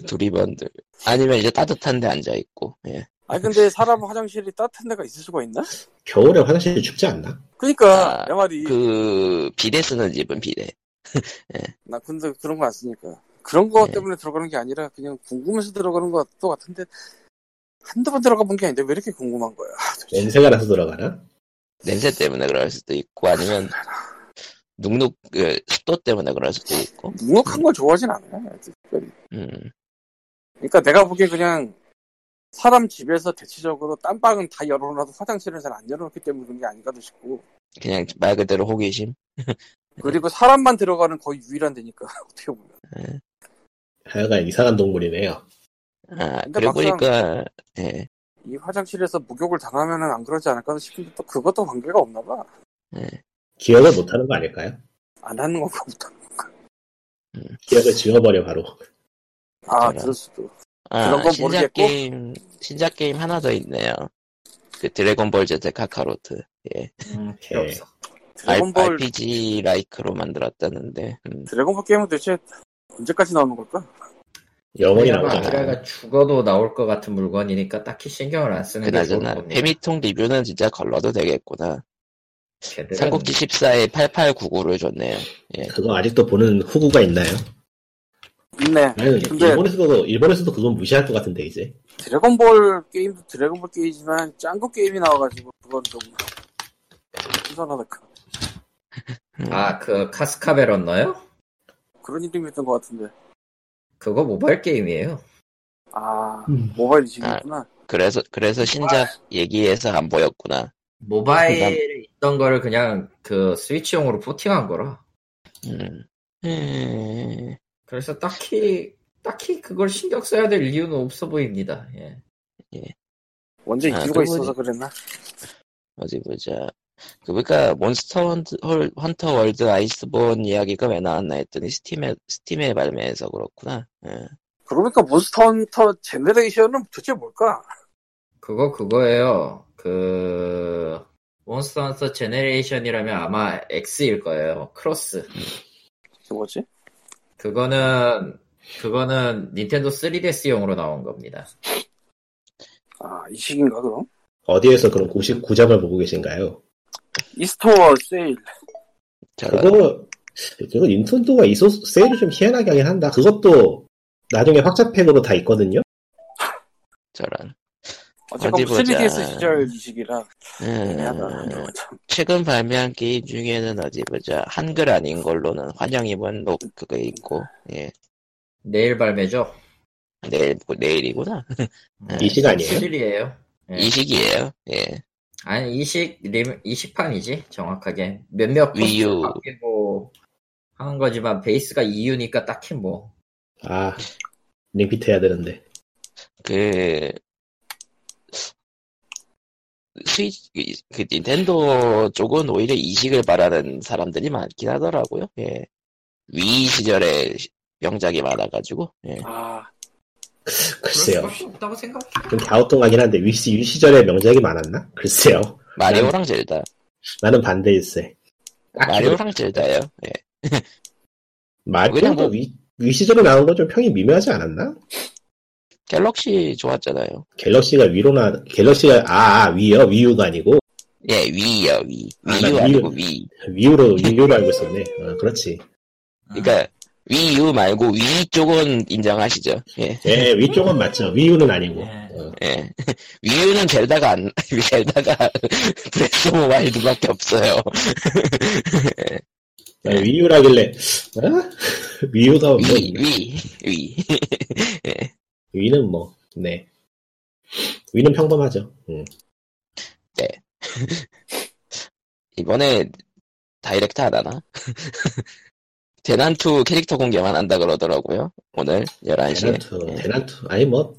A: 두리번들. 아니면 이제 따뜻한 데 앉아있고, 예.
C: 아니 근데 사람 화장실이 따뜻한 데가 있을 수가 있나?
E: 겨울에 화장실이 춥지 않나?
C: 그러니까
A: 아,
C: 내 말이
A: 그, 비대 쓰는 집은 비대.
C: 나 근데 그런 거 안 쓰니까 그런 거
A: 네.
C: 때문에 들어가는 게 아니라 그냥 궁금해서 들어가는 것도 같은데 한두 번 들어가 본 게 아닌데 왜 이렇게 궁금한 거야?
E: 냄새가 나서 들어가나?
A: 냄새 때문에 그럴 수도 있고, 아니면, 눅눅, 그, 습도 때문에 그럴 수도 있고,
C: 묵묵한 걸 좋아하진 않아요. 특별히.
A: 음.
C: 그러니까 내가 보기엔 그냥 사람 집에서 대체적으로 딴방은 다 열어놔도 화장실은 잘 안 열어놓기 때문에 그런 게 아닌가도 싶고
A: 그냥 말 그대로 호기심.
C: 그리고 사람만 들어가는 거의 유일한 데니까 어떻게 보면
E: 하여간 이상한 동물이네요.
A: 아,
C: 근데
A: 그러고
C: 막상-
A: 보니까, 예.
C: 이 화장실에서 목욕을 당하면은 안 그러지 않을까 싶은데 또 그것도 관계가 없나 봐.
E: 기억을 못하는 거 아닐까요?
C: 안 하는 건가 보다.
E: 기억을 지워버려 바로.
C: 아,
A: 그래요.
C: 그럴 수도.
A: 아,
C: 그런 건
A: 신작
C: 모르겠고.
A: 게임, 신작 게임 하나 더 있네요. 그 드래곤볼 Z 카카로트.
D: 음,
E: 예.
D: 필요
A: 네.
D: 없어.
C: 드래곤볼,
A: RPG 라이크로 만들었다는데 음,
C: 드래곤볼 게임은 대체 언제까지 나오는 걸까?
E: 영원히
D: 왜냐면
E: 나오잖아.
A: 나오잖아요.
D: 아키라가 죽어도 나올 것 같은 물건이니까 딱히 신경을 안
C: 네,
D: 쓰는 게 좋을
C: 뭐,
A: 그나저나
D: 겁니다.
A: 페미통 리뷰는 진짜 걸러도 되겠구나
C: 네.
D: 걔들은
A: 삼국지 14에 8899를 줬네요
E: 그거 아직도 보는 후구가 있나요?
C: 있네.
E: 나는
C: 근데-
E: 일본에서도 일본에서도 그건 무시할 것 같은데 이제
C: 드래곤볼 게임도 드래곤볼 게임이지만 짱구 게임이 나와가지고 그건 좀 신선하다.
A: 음,
D: 아 그 카스카베 런너요?
C: 그런 이름이었던 것 같은데.
B: 그거 모바일 게임이에요.
C: 아
E: 음.
C: 모바일 이식이구나.
A: 그래서 그래서 신작 얘기해서 안 보였구나.
D: 모바일에 있던 거를 그냥 그 스위치용으로 포팅한 거라.
A: 음. 음.
D: 그래서 딱히 딱히 그걸 신경 써야 될 이유는 없어 보입니다. 예.
C: 언제
A: 아,
C: 이유가
A: 그거지.
C: 있어서 그랬나?
A: 어디 보자. 그 그러니까 몬스터 헌트, 헐- 헌터 월드 아이스본 이야기가 왜 나왔나 했더니 스팀에 스팀에 발매해서 그렇구나. 예.
C: 그러니까 몬스터 헌터 제너레이션은 도대체 뭘까?
D: 그거 그거예요. 그 몬스터 헌터 제네레이션이라면 아마 X일 거예요. 크로스.
C: 그게 뭐지?
D: 그거는 그거는 닌텐도 3DS용으로 나온 겁니다.
C: 아 이식인가 그럼?
E: 어디에서 그런 99장을 보고 계신가요?
C: 이스토어 세일.
A: 저런.
E: 그거 그거 닌텐도가 이소 세일을 좀 희한하게 하긴 한다. 그것도 나중에 확장팩으로 다 있거든요.
A: 저런.
C: 어쨌건
A: 어디 보자.
C: 3DS 시절 이식이라 아, 애매하다.
A: 음, 최근 발매한 게임 중에는 어디 보자. 한글 아닌 걸로는 환영 입은 뭐 그거 있고. 예.
D: 내일 발매죠?
A: 내일 네. 내일이구나.
E: 이 시간이에요.
D: 7일이에요.
E: 네.
A: 이 시기예요. 예.
D: 아니 이식 림 이식판이지 정확하게 몇몇
A: Wii U.
D: 코스가 바뀌고 하는 거지만 베이스가 EU니까 딱히 뭐
E: 아 링피트 해야 되는데.
A: 그 스위치 그 닌텐도 쪽은 오히려 이식을 바라는 사람들이 많긴 하더라고요. 예. 위 시절에 명작이 많아가지고 예.
C: 아
E: 글쎄요.
D: 그럴 수밖에 없다고 생각해.
E: 좀 갸우뚱하긴 한데 위시 유 시절에 명작이 많았나? 글쎄요.
A: 마리오랑 젤다.
E: 나는 반대일세. 딱히
A: 마리오랑 젤다요. 예.
E: 마리오도
A: 그냥 뭐-
E: 위, 위 시절에 나온 건 좀 평이 미묘하지 않았나?
A: 갤럭시 좋았잖아요.
E: 갤럭시가 위로 나 갤럭시가 아, 아 위요 위유가 아니고
A: 예, 위요 위.
E: 아,
A: 위유
E: 나
A: 아니고
E: 위요.
A: 위.
E: 위유로 위유로 알고 있었네. 어, 그렇지.
D: 음.
A: 그러니까 위유 말고 위 쪽은 인정하시죠. 예.
E: 예 위쪽은 맞죠. 위유는 아니고.
D: 예.
E: 어,
A: 예. 위유는 젤다가 안, 젤다가 브레스 오브 와일드밖에 없어요.
E: 아, 위유라길래 어? 위유가 뭐
A: 위, 위, 위.
E: 위는 뭐 네. 위는 평범하죠. 음.
A: 이번에 다이렉트 안 하나? 대난투 캐릭터 공개만 한다 그러더라고요. 오늘 11시에.
E: 대난투 대난투 아니 뭐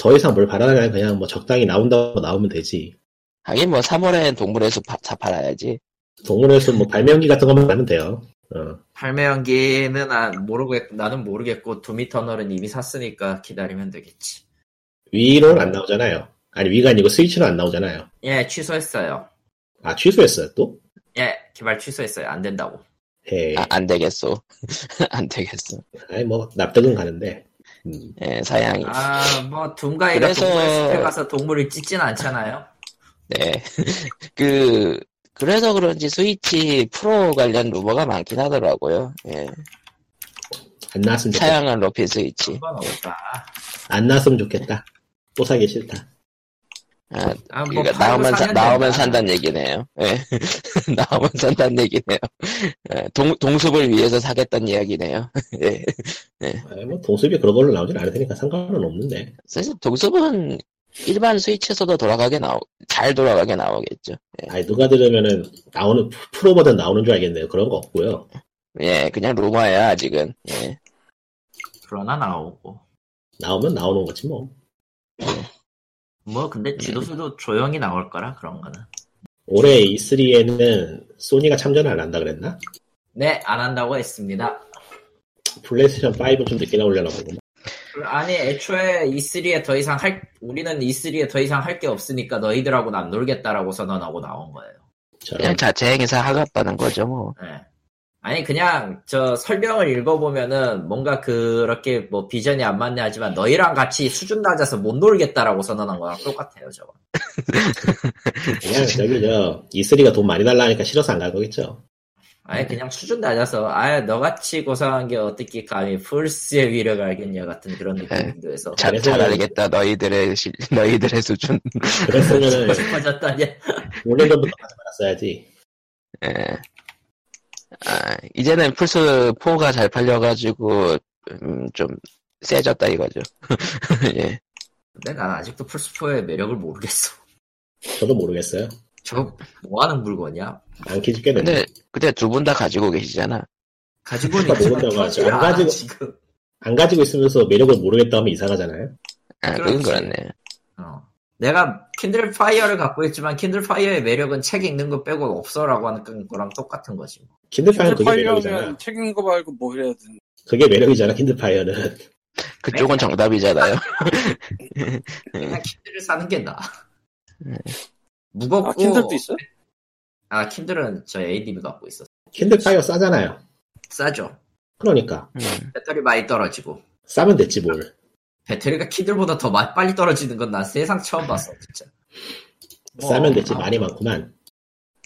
E: 더 이상 뭘 바라냐 그냥 뭐 적당히 나온다고 나오면 되지. 하긴
A: 뭐 3월엔 동물에서 파, 다 팔아야지.
E: 동물에서 뭐 발명기 같은 것만 하면 돼요. 어.
D: 발매 연기는 안 모르겠 나는 모르겠고 두미터널은 이미 샀으니까 기다리면 되겠지.
E: 위로는 안 나오잖아요. 아니 위가 아니고 스위치는 안 나오잖아요.
D: 예 취소했어요.
E: 아 취소했어요 또?
D: 예 개발 취소했어요 안 된다고.
E: 헤이.
A: 아, 안 되겠어. 안 되겠어.
E: 아니 뭐 납득은 가는데. 음.
A: 예, 사양이.
D: 아뭐 둠가이가
A: 그래서-
D: 동물의 숲에 가서 동물을 찢진 않잖아요.
A: 네. 그, 그래서 그런지 스위치 프로 관련 루머가 많긴 하더라고요. 예.
E: 안 나왔으면 좋겠다.
A: 사양한 로피 스위치.
D: 상관없다.
E: 안 나왔으면 좋겠다. 또 사기 싫다.
A: 아,
D: 아, 뭐
A: 그러니까
D: 팔고
A: 나오면 사,
D: 사면
A: 나오면
D: 된다.
A: 산다는 얘기네요. 예. 나오면 산다는 얘기네요. 예, 동 동습을 위해서 사겠다는 이야기네요. 예.
E: 아니, 뭐 동숲이 그런 걸로 나오진 않을 테니까 상관은 없는데.
A: 사실 동습은 일반 스위치에서도 돌아가게 나오 잘 돌아가게 나오겠죠.
E: 아니 누가 들으면은 나오는 프로 버전 나오는 줄 알겠네요. 그런 거 없고요.
A: 예, 그냥 루머야 아직은. 예.
D: 그러나 나오고.
E: 나오면 나오는 거지 뭐.
D: 뭐 근데 지도수도 조용히 나올 거라 그런 거는.
E: 올해 E3에는 소니가 참전을 안 한다 그랬나?
D: 네, 안 한다고 했습니다.
E: 플레이스테이션 5좀 늦게 나오려나 보구나.
D: 아니, 애초에 E3에 더 이상 할, 우리는 E3에 더 이상 할 게 없으니까 너희들하고는 안 놀겠다라고 선언하고 나온 거예요.
E: 저런.
A: 그냥 자체 행위사 하겠다는 거죠, 뭐.
D: 예. 아니, 그냥 저 설명을 읽어보면은 뭔가 그렇게 뭐 비전이 안 맞네 하지만 너희랑 같이 수준 낮아서 못 놀겠다라고 선언한 거랑 똑같아요, 저거.
E: 그냥 저기 저 E3가 돈 많이 달라니까 싫어서 안 갈 거겠죠.
D: 아예 그냥 수준 낮아서 아예 너같이 고상한 게 어떻게 감히 풀스의 위력을 알겠냐 같은 그런 느낌도 해서
A: 자,
E: 그래서-
A: 잘 알겠다. 너희들의 실- 너희들의 수준.
E: 그랬으면은
D: 퍼졌다니
E: 오래전부터 받았어야지
A: 예. 아, 이제는 플스 4가 잘 팔려가지고 음, 좀 세졌다 이거죠. 예.
D: 근데 난 아직도 플스4의 매력을 모르겠어.
E: 저도 모르겠어요.
D: 저거 뭐 하는 물건이야?
E: 안 키지게 됐네.
A: 근데 근데 두 분 다 가지고 계시잖아.
D: 가지고는
E: 그러니까
D: 있지만
E: 모른다고
D: 켜질
E: 하죠. 안
D: 않아,
E: 가지고-
D: 지금.
E: 안 가지고 있으면서 매력을 모르겠다 하면 이상하잖아요.
A: 아, 그건
D: 그렇지.
A: 그렇네.
D: 어. 내가 킨들 파이어를 갖고 있지만 킨들 파이어의 매력은 책 읽는 거 빼고 없어라고 하는 거랑 똑같은 거지. 뭐.
E: 킨드파이어는 그게 매력이잖아.
C: 파이어면 책 읽는 거 말고 뭐 해야 되는
E: 그게 매력이잖아, 킨드파이어는.
A: 그쪽은 정답이잖아요.
D: 그냥 킨들을 사는 게 나아. 무겁고
C: 아 킨들도 있어요?
D: 아, 킨들은 저 ADB 갖고 있어.
E: 킨드파이어 싸잖아요.
D: 싸죠.
E: 그러니까.
A: 음.
D: 배터리 많이 떨어지고.
E: 싸면 됐지 뭘.
D: 배터리가 킨들보다 더 마- 빨리 떨어지는 건 난 세상 처음 봤어, 진짜.
E: 싸면 됐지
D: 아.
E: 많이 많구만.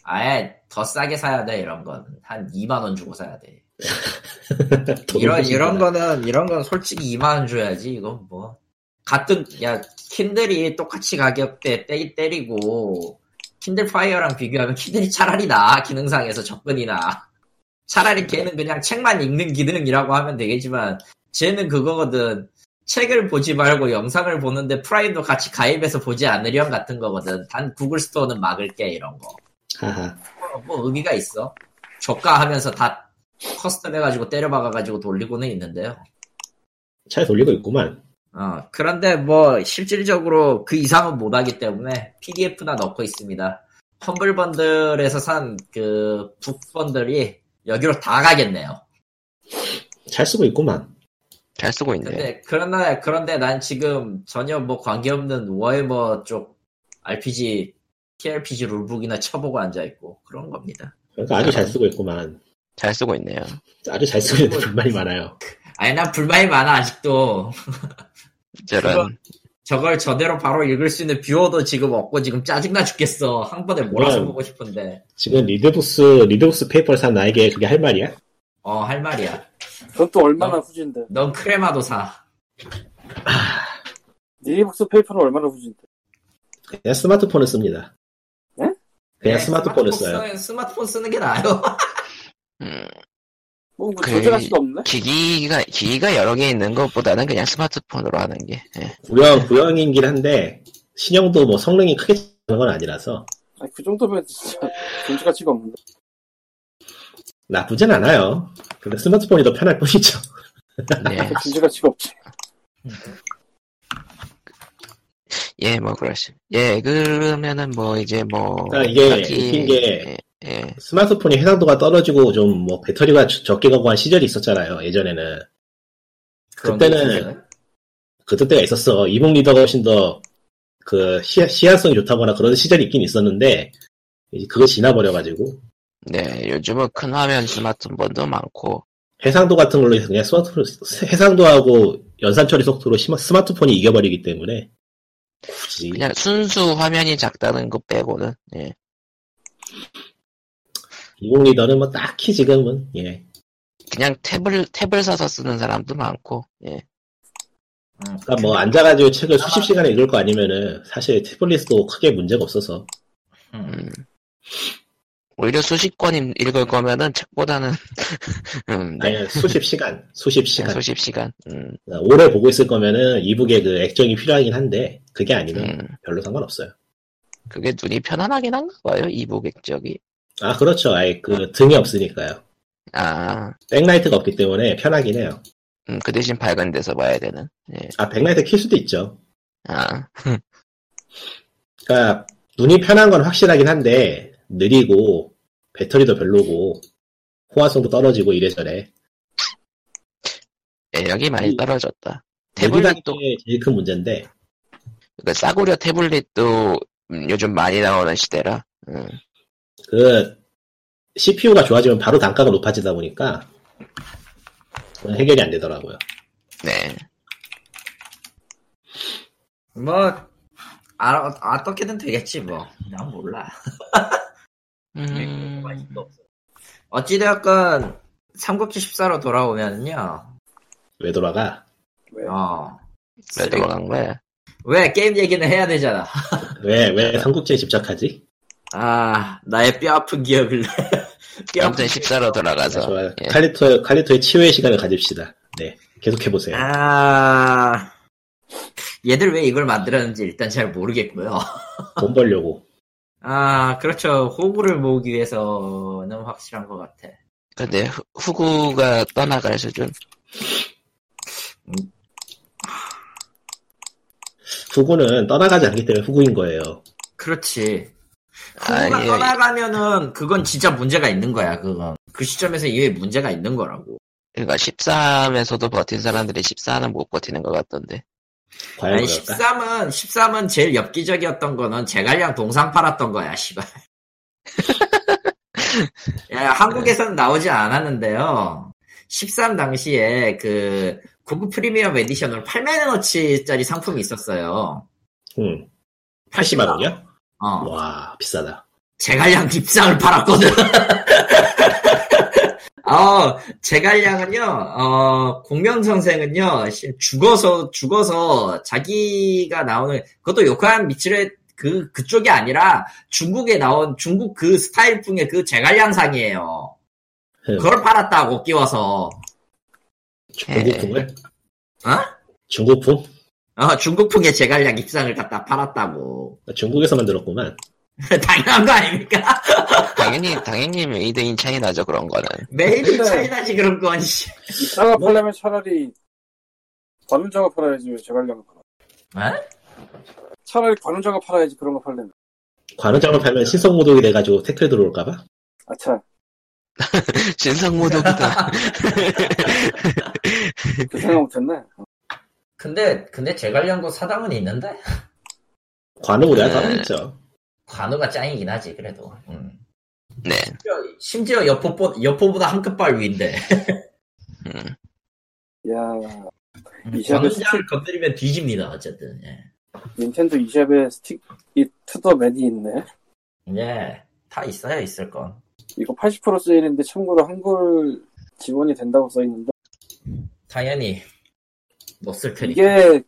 D: 아예 더 싸게 사야 돼, 이런 건. 한 2만원 주고 사야 돼.
E: 돈이
D: 이런,
E: 훨씬
D: 이런
E: 많아.
D: 거는, 이런 건 솔직히 2만원 줘야지, 이건 뭐. 같은, 야, 킨들이 똑같이 가격대 때, 때리고, 킨들 파이어랑 비교하면 킨들이 차라리 나, 기능상에서 접근이 나. 차라리 걔는 그냥 책만 읽는 기능이라고 하면 되겠지만, 쟤는 그거거든. 책을 보지 말고 영상을 보는데 프라임도 같이 가입해서 보지 않으렴 같은 거거든. 단 구글 스토어는 막을게, 이런 거.
E: 하하.
D: 뭐 의미가 있어. 저가하면서 다 커스텀 해가지고 때려박아가지고 돌리고는 있는데요.
E: 차에 돌리고 있구만.
D: 어, 그런데 뭐 실질적으로 그 이상은 못하기 때문에 PDF나 넣고 있습니다. 험블 번들에서 산 그 북번들이 여기로 다 가겠네요.
E: 잘 쓰고 있구만.
A: 잘 쓰고 있네.
D: 근데 그러나 그런데 난 지금 전혀 뭐 관계없는 워해머 쪽 RPG, TRPG 룰북이나 쳐보고 앉아 있고 그런 겁니다.
E: 그러니까 아주 잘 쓰고 있구만.
A: 잘 쓰고 있네요.
E: 아주 잘 쓰고 있는데 불만이 많아요.
D: 아니 난 불만이 많아 아직도
A: 저런
D: 저걸 저대로 바로 읽을 수 있는 뷰어도 지금 없고 지금 짜증나 죽겠어 한 번에 몰아서
E: 그건-
D: 보고 싶은데
E: 지금 리드북스, 리드북스 페이퍼를 산 나에게 그게 할 말이야?
D: 어 할 말이야
C: 그건 또 얼마나 후진데
D: 넌 크레마도 사
C: 니리북스 페이퍼는 얼마나 후진데
E: 그냥 스마트폰을 씁니다.
C: 네?
D: 네,
E: 그냥 스마트폰을
D: 스마트폰
E: 써요.
D: 쓰는- 스마트폰 쓰는 게 나아요
A: 음,
C: 뭐, 뭐
A: 그-
C: 조절할 수가 없네
A: 기기가 기기가 여러 개 있는 것보다는 그냥 스마트폰으로 하는 게 예.
E: 구형, 구형이긴 한데, 신형도 뭐 성능이 크게 다른 건 아니라서
C: 아니, 그 정도면 진짜 존재 가치가 없는데
E: 나쁘진 않아요. 근데 스마트폰이 더 편할 뿐이죠.
A: 네.
C: 존재 가치가 없지
A: 예, 뭐 그러시. 예, 그러면은 뭐 이제 뭐
E: 아, 이게
A: 딱히-
E: 웃긴 게-
A: 예, 예.
E: 스마트폰이 해상도가 떨어지고 좀 뭐 배터리가 적- 적게 가고 한 시절이 있었잖아요. 예전에는.
D: 그런
E: 그때는- 음,
D: 게 있어요?
E: 그때 때가 있었어. 이북 리더가 훨씬 더 그 시야성이 좋다거나 그런 시절이 있긴 있었는데, 이제 그거 지나버려가지고.
A: 네, 요즘은 큰 화면 스마트폰도 많고
E: 해상도 같은 걸로 그냥 스마트폰, 해상도하고 연산 처리 속도로 시마- 스마트폰이 이겨버리기 때문에. 굳이.
A: 그냥 순수 화면이 작다는 거 빼고는 예.
E: 이북 리더는 뭐 딱히 지금은, 예.
A: 그냥 탭을 탭을 사서 쓰는 사람도 많고 예.
D: 응.
E: 그러니까 뭐
D: 근데-
E: 앉아가지고 책을 수십 시간에 읽을 거 아니면은 사실 태블릿도 크게 문제가 없어서.
D: 응.
A: 음. 오히려 수십 권 읽- 읽을 거면은 책보다는 음, 네.
E: 아니, 수십 시간, 수십 시간. 어,
A: 수십 시간. 음,
E: 오래 보고 있을 거면은 이북의 그 액정이 필요하긴 한데 그게 아니면
A: 음.
E: 별로 상관없어요.
A: 그게 눈이 편안하긴 한가 봐요. 이북 액정이.
E: 아 그렇죠. 아예 그 등이 없으니까요.
A: 아,
E: 백라이트가 없기 때문에 편하긴 해요.
A: 음, 그 대신 밝은 데서 봐야 되는. 예.
E: 아 백라이트 킬 수도 있죠.
A: 아,
E: 그러니까 눈이 편한 건 확실하긴 한데 느리고 배터리도 별로고 호화성도 떨어지고 이래저래.
A: 매력이 많이
E: 이-
A: 떨어졌다.
E: 대기단계
A: 태블릿도
E: 제일 큰 문제인데
A: 그 싸구려 태블릿도 음, 요즘 많이 나오는 시대라. 음,
E: 그 CPU가 좋아지면 바로 단가가 높아지다 보니까 그건 해결이 안 되더라고요.
A: 네.
D: 뭐 알아, 어떻게든 되겠지 뭐난 몰라
A: 음,
D: 어찌되었건 삼국지 14로 돌아오면요
E: 왜 돌아가?
D: 어.
A: 왜 돌아간 거야?
D: 왜 게임 얘기는 해야 되잖아
E: 왜 왜 삼국지에 집착하지?
D: 아 나의 뼈 아픈 기억을 뼈 아픈
A: 아무튼 14로 돌아가서.
E: 좋아요.
A: 예.
E: 칼리토의, 칼리토의 치유의 시간을 가집시다. 네. 계속
D: 예.
E: 해보세요.
D: 아 얘들 왜 이걸 만들었는지 일단 잘 모르겠고요.
E: 돈 벌려고.
D: 아 그렇죠 호구를 모으기 위해서는 확실한 것 같아.
A: 근데 후- 후구가 떠나가서 좀
E: 후구는 떠나가지 않기 때문에 후구인 거예요.
D: 그렇지.
A: 아,
D: 후구가
A: 예.
D: 떠나가면은 그건 진짜 문제가 있는 거야. 그건 그 시점에서 이게 문제가 있는 거라고.
A: 그러니까 13에서도 버틴 사람들이 14는 못 버티는 것 같던데.
E: 과연
D: 아니
E: 그럴까?
D: 13은 13은 제일 엽기적이었던 거는 제갈량 동상 팔았던 거야, 씨발. 야, 한국에서는 나오지 않았는데요. 13 당시에 그 고급 프리미엄 에디션으로 8만 원어치짜리 상품이 있었어요.
E: 응. 80만 음. 원이야?
D: 어.
E: 와 비싸다.
D: 제갈량 딥상을 팔았거든. 어, 제갈량은요, 어, 공명선생은요, 씨, 죽어서, 죽어서 자기가 나오는, 그것도 요코한 미츠레 그, 그쪽이 아니라 중국에 나온 중국 그 스타일풍의 그 제갈량상이에요.
E: 응.
D: 그걸 팔았다고 끼워서.
E: 중국풍을?
D: 어?
E: 중국풍?
D: 어, 중국풍의 제갈량 입상을 갖다 팔았다고.
E: 중국에서 만들었구만.
D: 당연한 거 아닙니까?
A: 당연히 당연히 메이드인 차이나죠 그런 거는.
D: 메인 차이나지 그런 건, 씨.
C: 이따가 팔려면 차라리 관음자가 팔아야지 왜 제갈량을 팔아?
D: 에?
C: 차라리 관음자가 팔아야지 그런 거 팔려면.
E: 관우장을 팔면 신성모독이 돼가지고 태클 들어올까봐?
C: 아차.
A: 진상모독이다.
C: 그 생각 못했네.
D: 근데, 근데 제갈량도 사당은 있는데?
E: 관우보다
A: 네.
E: 더 많죠.
D: 관우가 짱이긴 하지 그래도 음.
A: 네.
D: 심지어- 심지어 여포보, 여포보다 한 끗발 위인데
A: 음.
C: 야 이상한
D: 관우장을 건드리면 뒤집니다 어쨌든 예.
C: 닌텐도 이샵에 스틱이 투더맨이 있네.
D: 예. 다 있어요 있을 건 다
C: 이거 80% 세일인데 참고로 한글 지원이 된다고 써 있는데
D: 당연히 못 쓸 테니까
C: 이게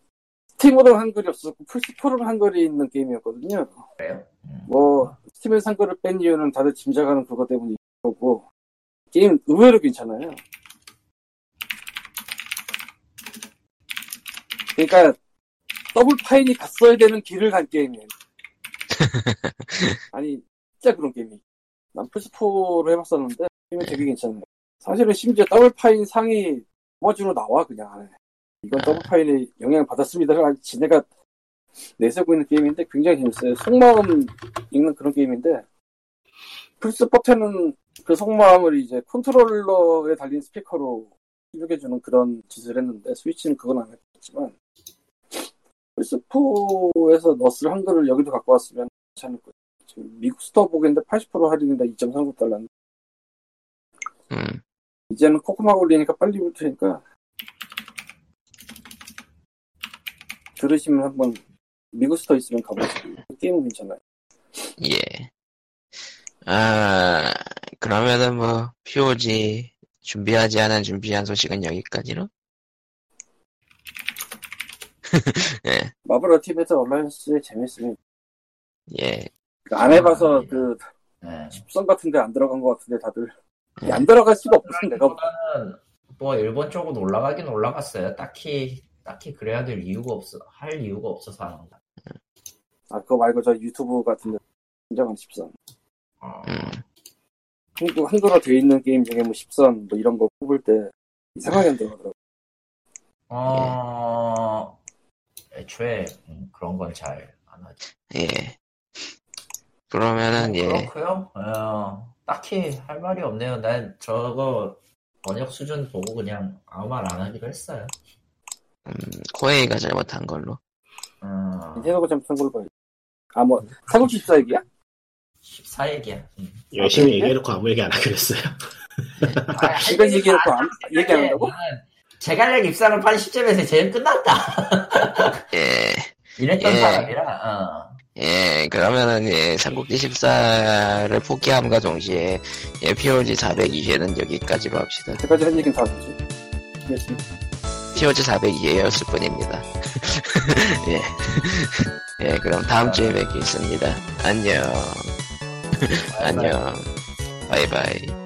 C: 스팀으로 한글이 없었고 플스4로 한글이 있는 게임이었거든요.
D: 그래요? 음.
C: 뭐 스팀에서 한글을 뺀 이유는 다들 짐작하는 그거 때문인 거고 게임 의외로 괜찮아요. 그러니까 더블 파인이 갔어야 되는 길을 간 게임이에요. 아니 진짜 그런 게임이. 난 플스4로 해봤었는데 게임이 되게 괜찮네. 사실은 심지어 더블 파인 상이 머지로 나와 그냥 안에. 이건 더블 파인의 영향 받았습니다를 아주 지네가 내세우고 있는 게임인데 굉장히 재밌어요. 속마음 읽는 그런 게임인데 플스 버튼은 그 속마음을 이제 컨트롤러에 달린 스피커로 입력해주는 그런 짓을 했는데 스위치는 그건 안 했지만 플스4에서 너스 한글을 여기도 갖고 왔으면 괜찮을 거예요. 지금 미국 스토어 보기인데 80% 할인인데 2.39달러.
A: 음.
C: 이제는 코코마 올리니까 빨리 볼 테니까 들으시면 한번 미국 스토어 있으면 가보세요. 게임은 괜찮아요.
A: 예. 아 그러면은 뭐 POG 준비하지 않은 준비한 소식은 여기까지로. 예.
C: 마블 어티메트 얼라이언스의 재밌음이
A: 예.
C: 안 해봐서 그
D: 예.
C: 선 같은데 안 들어간 것 같은데 다들 이게 안 들어갈 수가 없어 내가
D: 일본은 뭐 일본 쪽은 올라가긴 올라갔어요 딱히 딱히 그래야 될 이유가 없어 할 이유가 없어서 하는 거야
C: 아 그거 말고 저 유튜브 같은데 굉장한 10선
D: 어.
C: 예.
A: 음.
C: 한국 한글화 돼 있는 게임 중에 뭐 10선 뭐 이런 거 뽑을 때 이상하게 안 들어가더라고
D: 어... 애초에 음, 그런 건 잘 안 하죠
A: 예. 그러면은 예.
D: 네, 그렇고요. 어, 딱히 할 말이 없네요. 난 저거 번역 수준 보고 그냥 아무 말 안 하기로 했어요.
A: 음, 코에이가 잘못한 걸로.
D: 어,
C: 닌텐도가 잘못한 걸 봐요 아뭐 삼국지 14 얘기야?
D: 14얘기야. 음.
E: 열심히
C: 네?
E: 얘기해놓고 아무 얘기 안 하기로 했어요.
C: 이건 얘기해놓고 안- 얘기 안 한다고?
D: 제갈력 입사는 80점에서 제일 끝났다.
A: 예.
D: 이랬던
A: 예.
D: 사람이라. 어.
A: 예, 그러면은, 예, 삼국지 14를 포기함과 동시에, 예, POG 402회는 여기까지로 합시다.
C: 여태까지 한 얘기는 다 되지 열심히
A: POG 402회였을 뿐입니다. 예. 예, 그럼 다음 주에 뵙겠습니다. 안녕. 안녕. 바이바이.